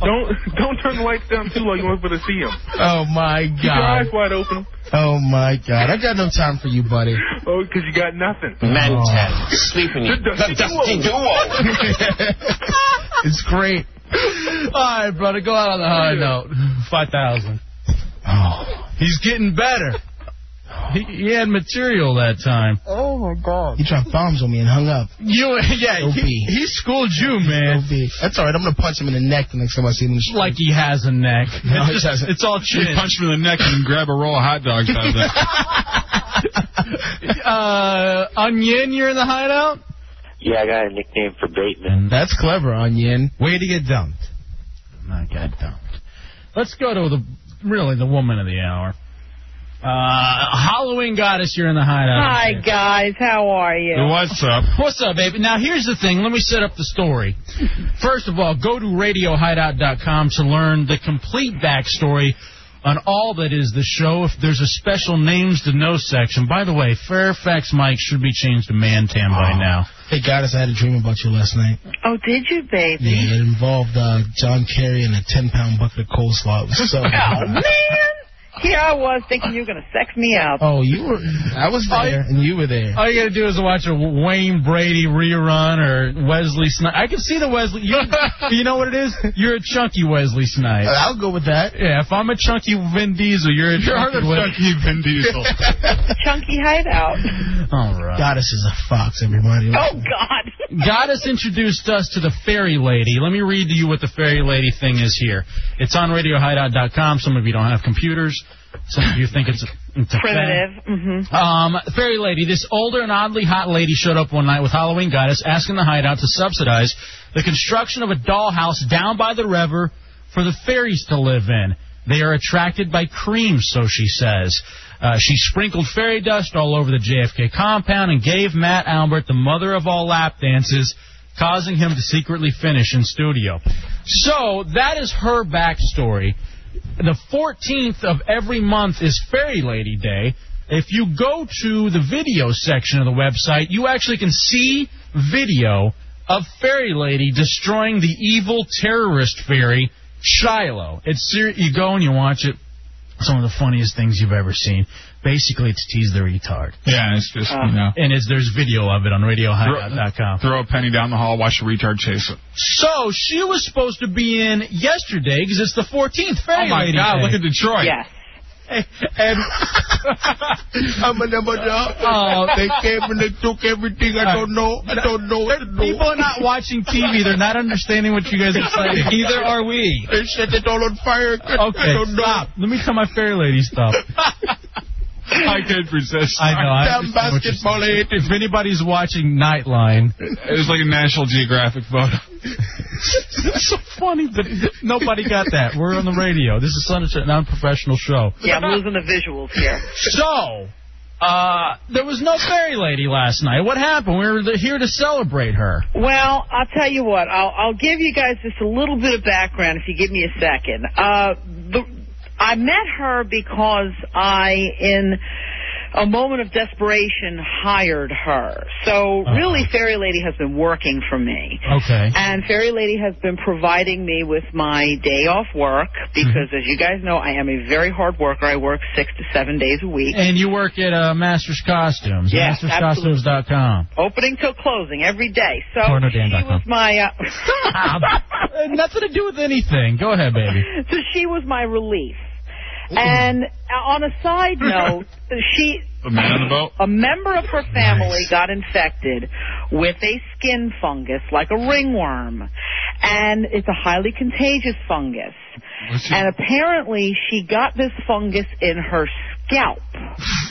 don't don't turn the lights down too low. You won't be able to see him. Oh my Keep your eyes God! wide open. Oh my God! I got no time for you, buddy. Oh, because you got nothing. Oh. Menten, Sleep and Eat, the Dusty Duo. It's great. All right, brother, go out on the high note. Five thousand. Oh, he's getting better. He, he had material that time. Oh my God! You dropped bombs on me and hung up. You, yeah, OB. he, he schooled you, man. OB. That's all right. I'm gonna punch him in the neck the next time I see him. in the street. Like he has a neck. No, it's, he just- doesn't. it's all You chin. punch him in the neck and grab a roll of hot dogs out of there. Uh, Onion, you're in the hideout. Yeah, I got a nickname for Bateman. That's clever, Onion. Way to get dumped. I got dumped. Let's go to the really the woman of the hour. Uh, Halloween goddess, you're in the hideout. Hi guys, how are you? What's up? What's up, baby? Now, here's the thing. Let me set up the story. First of all, go to radiohideout.com to learn the complete backstory on all that is the show. If there's a special names to know section. By the way, Fairfax Mike should be changed to Mantan by now. Hey, Goddess, I had a dream about you last night. Oh, did you, baby? Yeah, it involved uh, John Kerry and a 10 pound bucket of coleslaw. It was so. Oh man, here I was thinking you were gonna sex me up. Oh, you were. I was there, and you were there. All you gotta do is watch a Wayne Brady rerun or Wesley Snipes. I can see the Wesley. You, you know what it is? You're a chunky Wesley Snipes. Uh, I'll go with that. Yeah, if I'm a chunky Vin Diesel, you're a You're the chunky, Wes- chunky Vin Diesel. Chunky hideout. All right. Goddess is a fox, everybody. Oh God. Goddess introduced us to the fairy lady. Let me read to you what the fairy lady thing is here. It's on radiohideout.com. Some of you don't have computers. Some of you think it's, it's a thing. Primitive. hmm Um, fairy lady, this older and oddly hot lady showed up one night with Halloween goddess asking the hideout to subsidize the construction of a dollhouse down by the river for the fairies to live in. They are attracted by cream, so she says. Uh, she sprinkled fairy dust all over the JFK compound and gave Matt Albert the mother of all lap dances, causing him to secretly finish in studio. So that is her backstory. The 14th of every month is Fairy Lady Day. If you go to the video section of the website, you actually can see video of Fairy Lady destroying the evil terrorist fairy Shiloh. It's ser- you go and you watch it. Some of the funniest things you've ever seen. Basically, it's tease the retard. Yeah, it's just, Uh. you know. And it's, there's video of it on RadioHideout.com. Throw a penny down the hall, watch the retard chase it. So she was supposed to be in yesterday because it's the 14th Oh, Fairy my Lady God, Day. look at Detroit. Yeah. And I'm a number Oh. They came and they took everything. I don't know. I don't know what to do. People are not watching TV. They're not understanding what you guys are saying. Either are we. They set it all on fire. Okay, I don't know. stop. Let me tell my fairy lady stuff. I can't resist. I know. I Damn understand what you're basketball saying. If anybody's watching Nightline, It was like a National Geographic photo. it's so funny that nobody got that. We're on the radio. This is such a non-professional show. Yeah, I'm losing the visuals here. So, uh, there was no fairy lady last night. What happened? We were here to celebrate her. Well, I'll tell you what. I'll, I'll give you guys just a little bit of background if you give me a second. Uh, the, I met her because I, in a moment of desperation, hired her. So really, Fairy Lady has been working for me. Okay. And Fairy Lady has been providing me with my day off work because, as you guys know, I am a very hard worker. I work six to seven days a week. And you work at uh, Masters Costumes. Yes, absolutely. MastersCostumes.com. Opening till closing every day. So Oh, she Pornodan.com. was my uh, Um, Nothing to do with anything. Go ahead, baby. so she was my relief. And uh, on a side note, she The man on the boat. a member of her family got infected with a skin fungus like a ringworm, and it's a highly contagious fungus. And apparently, she got this fungus in her scalp.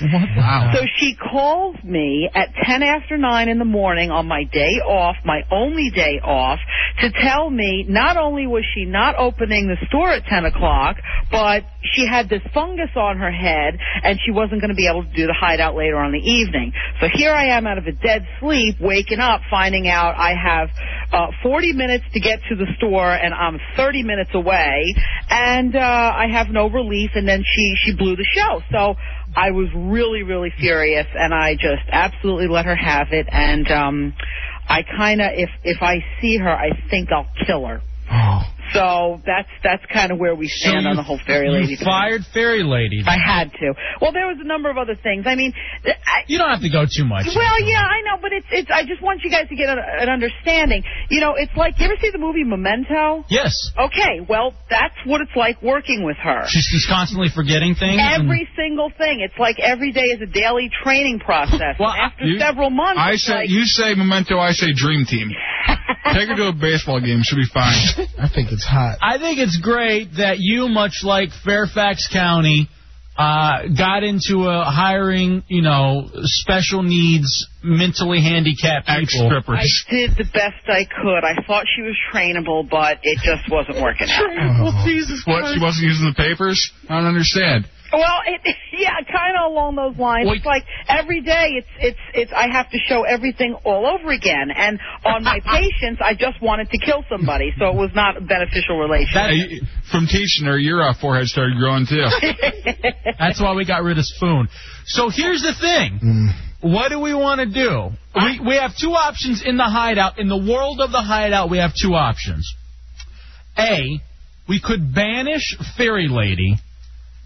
Wow. So she calls me at 10 after 9 in the morning on my day off, my only day off, to tell me not only was she not opening the store at 10 o'clock, but she had this fungus on her head and she wasn't going to be able to do the hideout later on in the evening. So here I am out of a dead sleep, waking up, finding out I have uh, 40 minutes to get to the store and I'm 30 minutes away and uh, I have no relief and then she, she blew the show. So I was really, really furious, and I just absolutely let her have it. And um, I kind of, if if I see her, I think I'll kill her. So that's that's kind of where we stand on the whole fairy lady. Oh. You thing. fired fairy lady. I had to. Well, there was a number of other things. I mean, th- I, You don't have to go too much. well, yeah, I know, but it's it's. I just want you guys to get an, an understanding. You know, it's like you ever see the movie Memento? Yes. Okay, well, that's what it's like working with her. She's, she's constantly forgetting things. and- Every single thing. It's like every day is a daily training process. And after you- several months, I it's say like, you say memento. I say dream team. Take her to a baseball game. She'll be fine. I think it's hot. I think it's great that you, much like Fairfax County, uh, got into a hiring, you know, special needs, mentally handicapped people. I did the best I could. I thought she was trainable, but it just wasn't working out. Well, Jesus Oh, What? She wasn't using the papers? I don't understand. Well, it, yeah, kind of along those lines. It's like every day, it's it's it's. I have to show everything all over again, and on my patients, I just wanted to kill somebody, so it was not a beneficial relationship. Hey, from teaching her, your uh, forehead started growing too. That's why we got rid of Spoon. So here's the thing. Mm. What do we want to do? We, we have two options in the hideout. In the world of the hideout, we have two options. A, we could banish Fairy Lady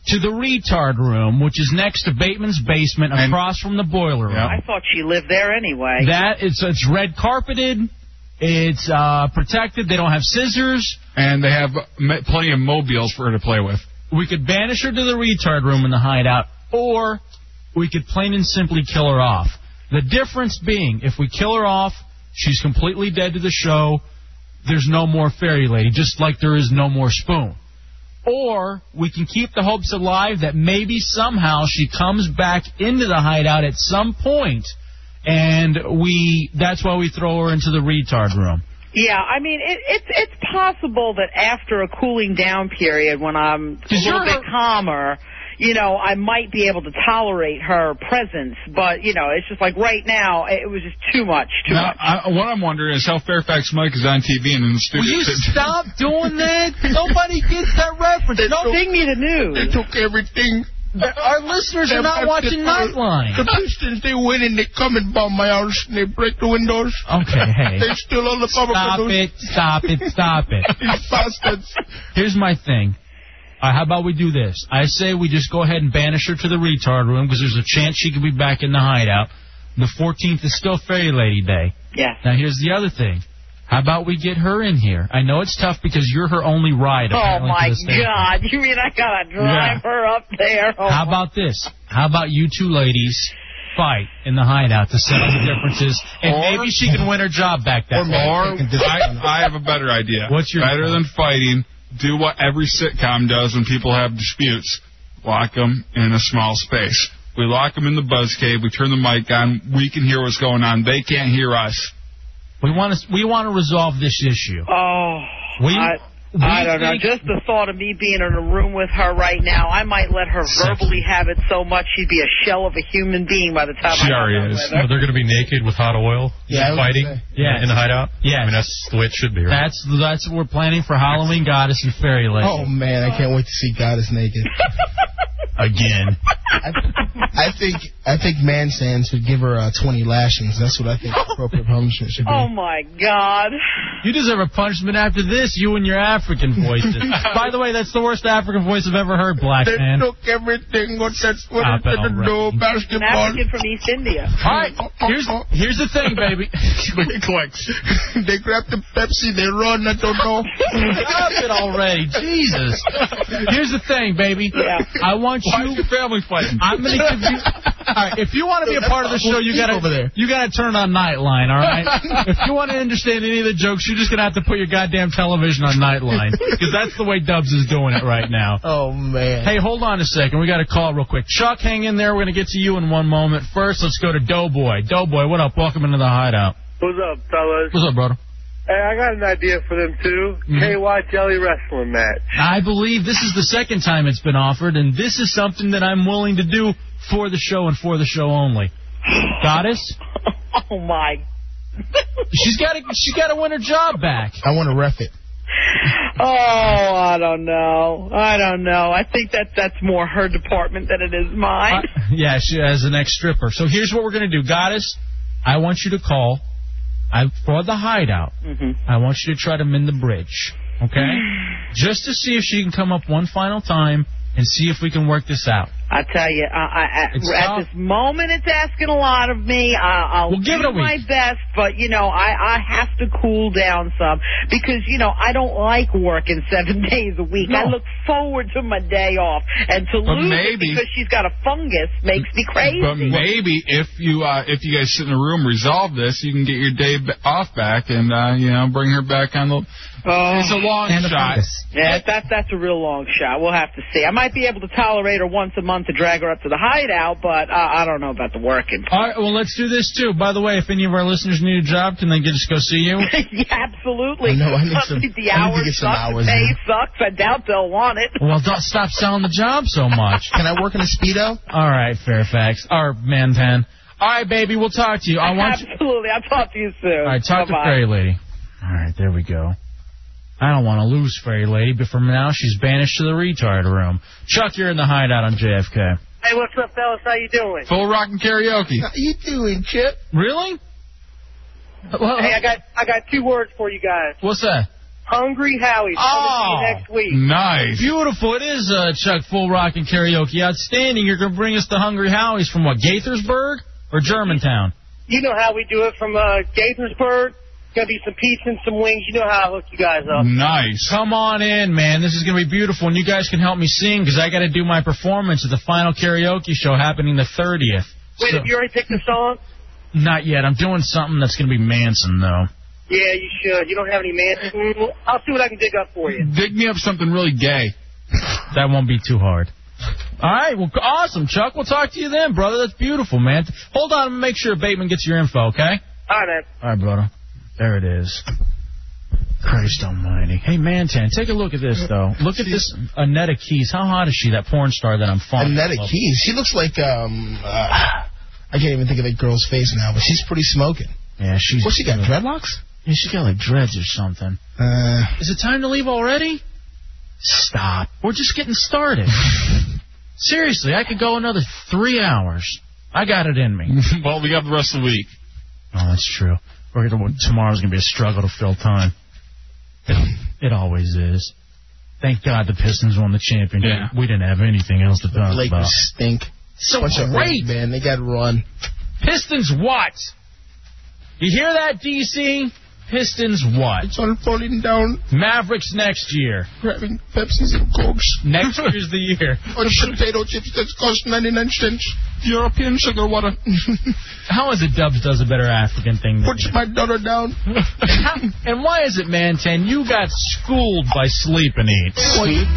to the retard room, which is next to Bateman's basement across from the boiler room. I thought she lived there anyway. That it's it's red carpeted. It's uh, protected. They don't have scissors. And they have m- plenty of mobiles for her to play with. We could banish her to the retard room in the hideout, or we could plain and simply kill her off. The difference being, if we kill her off, she's completely dead to the show. There's no more fairy lady, just like there is no more spoon. Or we can keep the hopes alive that maybe somehow she comes back into the hideout at some point, and we—that's why we throw her into the retard room. Yeah, I mean it, it's it's possible that after a cooling down period, when I'm a little bit calmer, you know, I might be able to tolerate her presence. But, you know, it's just like right now, it was just too much. Too Now, I, what I'm wondering is how Fairfax Mike is on TV and in the studio. Will you stop doing that? Nobody gets that reference. They No, took- they need a news. They took everything. Our listeners are not watching Nightline. The Pistons, they win and they come and bomb my house and they break the windows. Okay, hey. They steal all the power Stop cables. it, stop it, stop it. These bastards. Here's my thing. Uh, how about we do this? I say we just go ahead and banish her to the retard room because there's a chance she could be back in the hideout. The 14th is still Fairy Lady Day. Yeah. Now, here's the other thing. How about we get her in here? I know it's tough because you're her only ride. Oh apparently, to my the station. God! You mean I gotta drive Yeah. her up there? Oh, How about this? How about you two ladies fight in the hideout to settle the differences, and maybe she can win her job back that Or, way. I, I have a better idea. What's your- better than fighting? Do what every sitcom does when people have disputes. Lock them in a small space. We lock them in the buzz cave. We turn the mic on. We can hear what's going on. They can't hear us. We want to. We want to resolve this issue. Oh, We- I, we I don't know. think- Just the thought of me being in a room with her right now, I might let her verbally have it so much she'd be a shell of a human being by the time I got done with her. Well, they're going to be naked with hot oil, Yeah, I was fighting gonna say. Yes. in the hideout. Yeah, I mean that's the way it should be, right? That's that's what we're planning for Halloween Goddess and Fairy Lady Oh man, I can't wait to see Goddess naked. again. I think I think Man Sans should give her uh, 20 lashings. That's what I think appropriate punishment should be. Oh my God! You deserve a punishment after this, you and your African voices. By the way, that's the worst African voice I've ever heard, black They man. took everything. What that's what Stop they it didn't do. already. An Basketball. African from East India. All right, oh, here's here's the thing, baby. they grab the Pepsi. They run. I don't know. Stop it already, Jesus. Here's the thing, baby. I want you. family fighting? I'm gonna give you. All right, if you want to be a part of the show, you gotta Over there. you gotta turn on Nightline. All right. if you want to understand any of the jokes, you're just gonna have to put your goddamn television on Nightline because that's the way Dubs is doing it right now. Oh man. Hey, hold on a second. We got a call real quick. Chuck, hang in there. We're gonna get to you in one moment. First, let's go to Doughboy. Doughboy, what up? Welcome into the hideout. What's up, fellas? What's up, Mm-hmm. brother? Hey, I got an idea for them too. KY Jelly Wrestling match. I believe this is the second time it's been offered, and this is something that I'm willing to do for the show and for the show only. Goddess, Oh my! she's got to she's got to win her job back. I want to ref it. Oh, I don't know. I don't know. I think that that's more her department than it is mine. Yeah, she as an ex stripper. So here's what we're gonna do, Goddess. I want you to call. I for the hideout. Mhm. I want you to try to mend the bridge, okay? Just to see if she can come up one final time and see if we can work this out. I tell you, I, I, I- It's at tough. this moment, it's asking a lot of me. I, I'll Well, give it do a week. my best, but you know, I, I have to cool down some because you know I don't like working seven days a week. I look forward to my day off, and to But lose maybe- it because she's got a fungus makes me crazy. But maybe if you uh, if you guys sit in a room resolve this, you can get your day b- off back and uh, you know bring her back on the. it's a long shot. Yeah, that that's a real long shot. We'll have to see. I might be able to tolerate her once a month to drag her up to the hideout, but uh, I don't know about the working. All right, well, let's do this too. By the way, if any of our listeners need a job, can they just go see you? yeah, absolutely. I know, I need some- the I need to hours get some suck, the hours pay in. sucks. I doubt they'll want it. Well, don't stop selling the job so much. Can I work in a speedo? All right, Fairfax. Or man pen. All right, baby, we'll talk to you. I want you. Absolutely. I'll talk to you soon. All right, talk to Bye-bye. Fairy Lady. All right, there we go. I don't want to lose Fairy Lady, but from now she's banished to the retard room. Chuck, you're in the hideout on JFK. Hey, what's up, fellas? How you doing? Full rock and karaoke. How you doing, Chip? Really? hey, I got I got two words for you guys. What's that? Hungry Howie. Oh. See you next week. Beautiful. It is uh, Chuck Full Rock and Karaoke. Outstanding. You're going to bring us the Hungry Howies from what, Gaithersburg or Germantown? You know how we do it from uh, Gaithersburg. Gonna be some pizza and some wings. You know how I hook you guys up. Nice. Come on in, man. This is going to be beautiful, and you guys can help me sing because I got to do my performance at the final karaoke show happening the 30th. Wait, have you already picked a song? Not yet. I'm doing something that's going to be Manson, though. Yeah, you should. You don't have any man. Mm, I'll see what I can dig up for you. Dig me up something really gay. That won't be too hard. All right. Well, awesome, Chuck. We'll talk to you then, brother. That's beautiful, man. Hold on. Make sure Bateman gets your info, okay? All right, man. All right, brother. There it is. Christ almighty. Hey, Mantan, take a look at this, though. Look at this Annetta Keys. How hot is she, that porn star that I'm following? Annetta Keys. She looks like um, uh, I can't even think of that girl's face now, but she's pretty smoking. Yeah, she's. What she got? Dreadlocks? Yeah, she got like dreads or something. Uh, Is it time to leave already? Stop. We're just getting started. Seriously, I could go another three hours. I got it in me. well, we got the rest of the week. Oh, that's true. We're gonna, tomorrow's going to be a struggle to fill time. It, it always is. Thank God the Pistons won the championship. We didn't have anything else to talk Lakers about. stink. So Bunch of great. old man. They got run. Pistons what? You hear that, DC? Pistons what? It's all falling down. Mavericks next year. Grabbing Pepsis and Cokes. Next year's the year. Or potato chips that cost 99 cents. European sugar water. How is it Dubs does a better African thing than Puts my daughter down. you? And why is it, Man 10, you got schooled by Sleep and Eat? Sleep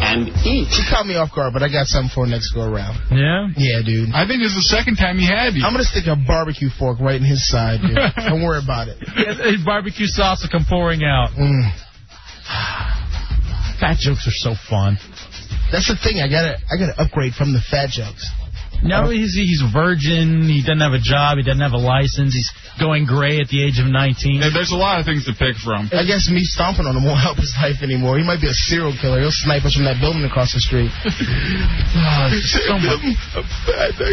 and eat. She caught me off guard, but I got something for next go around. Yeah? Yeah, dude. I think it's the second time he had you. I'm gonna stick a barbecue fork right in his side, dude. Don't worry about it. Yes, his barbecue sauce will come pouring out. Mm. Fat jokes are so fun. That's the thing. I gotta, I gotta upgrade from the fat jokes. Oh. No, he's he's a virgin. He doesn't have a job. He doesn't have a license. He's going gray at the age of 19. There's a lot of things to pick from. I guess me stomping on him won't help his life anymore. He might be a serial killer. He'll snipe us from that building across the street. Uh, Ah, so much-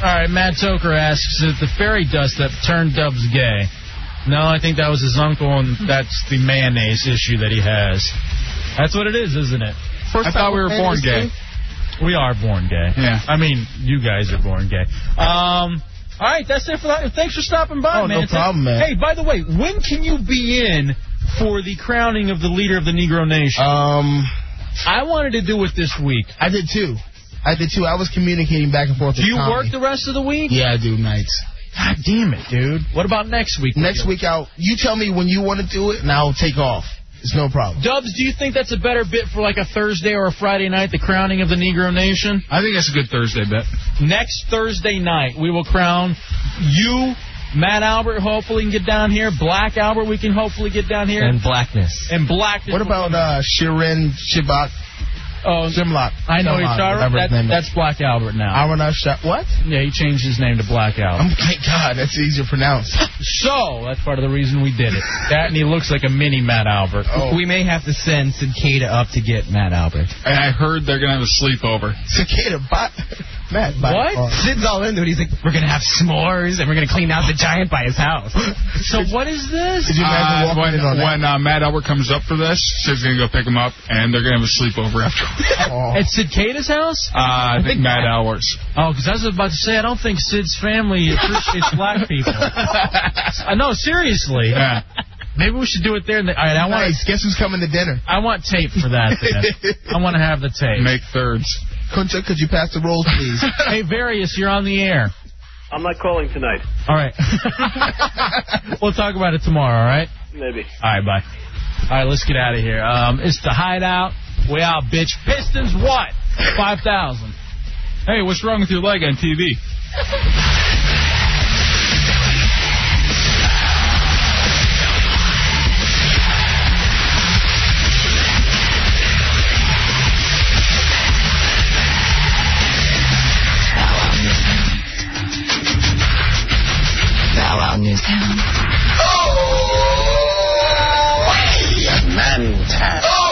All right, Matt Toker asks, is it the fairy dust that turned Dubs gay? No, I think that was his uncle, and that's the mayonnaise issue that he has. That's what it is, isn't it? First I thought we were born gay. We are born gay. Yeah. I mean, you guys are born gay. Um. All right, that's it for that. Thanks for stopping by, Oh, man. no problem, man. Hey, by the way, when can you be in for the crowning of the leader of the Negro Nation? Um, I wanted to do it this week. I did too. I did too. I was communicating back and forth. Do with you Tommy. work the rest of the week? Yeah, I do nights. God damn it, dude. What about next week? Next week, I'll. You tell me when you want to do it, and I'll take off. It's no problem. Dubs, do you think that's a better bit for like a Thursday or a Friday night, the crowning of the Negro Nation? I think that's a good Thursday bet. Next Thursday night, we will crown you, Matt Albert, hopefully can get down here. Black Albert, we can hopefully get down here. And blackness. And Black. What about uh, Shirin Shibak? Oh, Shimlock. I know Shimlock, each other. whatever his That, name is. that's Black Albert now. Arana Shah- What? Yeah, he changed his name to Black Oh Albert. my God, that's easy to pronounce. So that's part of the reason we did it. That and he looks like a mini Matt Albert. We may have to send Cicada up to get Matt Albert. And I heard they're gonna have a sleepover. Cicada bot. Matt bot. Oh. What? Sid's all into it. He's like, we're going to have s'mores and we're going to clean out the giant by his house. So what is this? Could you imagine Uh, walking when when in on uh, Matt Albert comes up for this, Sid's gonna go pick him up, and they're gonna have a sleepover after. that? Aw. At Cicada's house? Uh, I think Matt Albert's. Oh, because I was about to say, I don't think Sid's family appreciates black people. Uh, no, seriously. Yeah. Maybe we should do it there. And the, all right, I want Nice. Guess who's coming to dinner? I want tape for that. Then. I want to have the tape. Make thirds. Kunta, could you pass the rolls, please? Hey, Various, you're on the air. I'm not calling tonight. All right. we'll talk about it tomorrow. All right. Maybe. All right. Bye. All right. Let's get out of here. Um, it's the hideout. We out, bitch. Pistons. What? Five thousand. Hey, what's wrong with your leg on TV? Now on this town. Oh, Oh,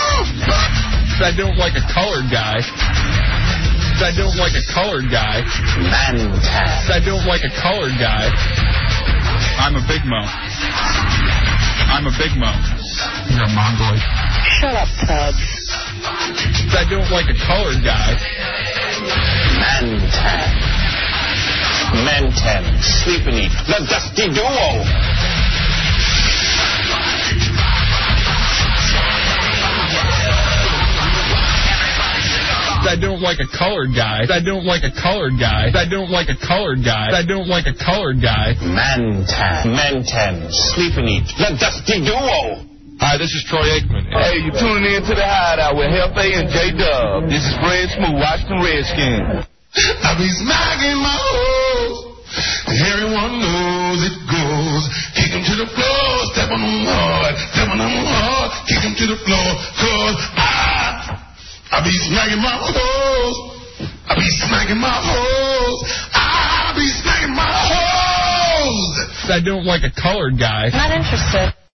I don't like a colored guy. I don't like a colored guy. I don't like a colored guy. I'm a big mo. I'm a big mo. You're a mongoloid. Shut up, Tubbs. I don't like a colored guy. Mentan, Sleep and Eat, the Dusty Duo. I don't like a colored guy. I don't like a colored guy. I don't like a colored guy. I don't like a colored guy. Mentan, Mentan, Sleep and Eat, the Dusty Duo. Hi, this is Troy Aikman. Hey, you're tuning in to the Hideout with Hefe and J Dub. This is Fred Smooth, Washington Redskins. I be smacking my hoes. Everyone knows it goes. Kick 'em to the floor. Step on 'em hard. Step on 'em hard. Kick 'em to the floor. Cause I, I be smacking my hoes. I be smacking my hoes. I be smacking my hoes. I don't like a colored guy. Not interested.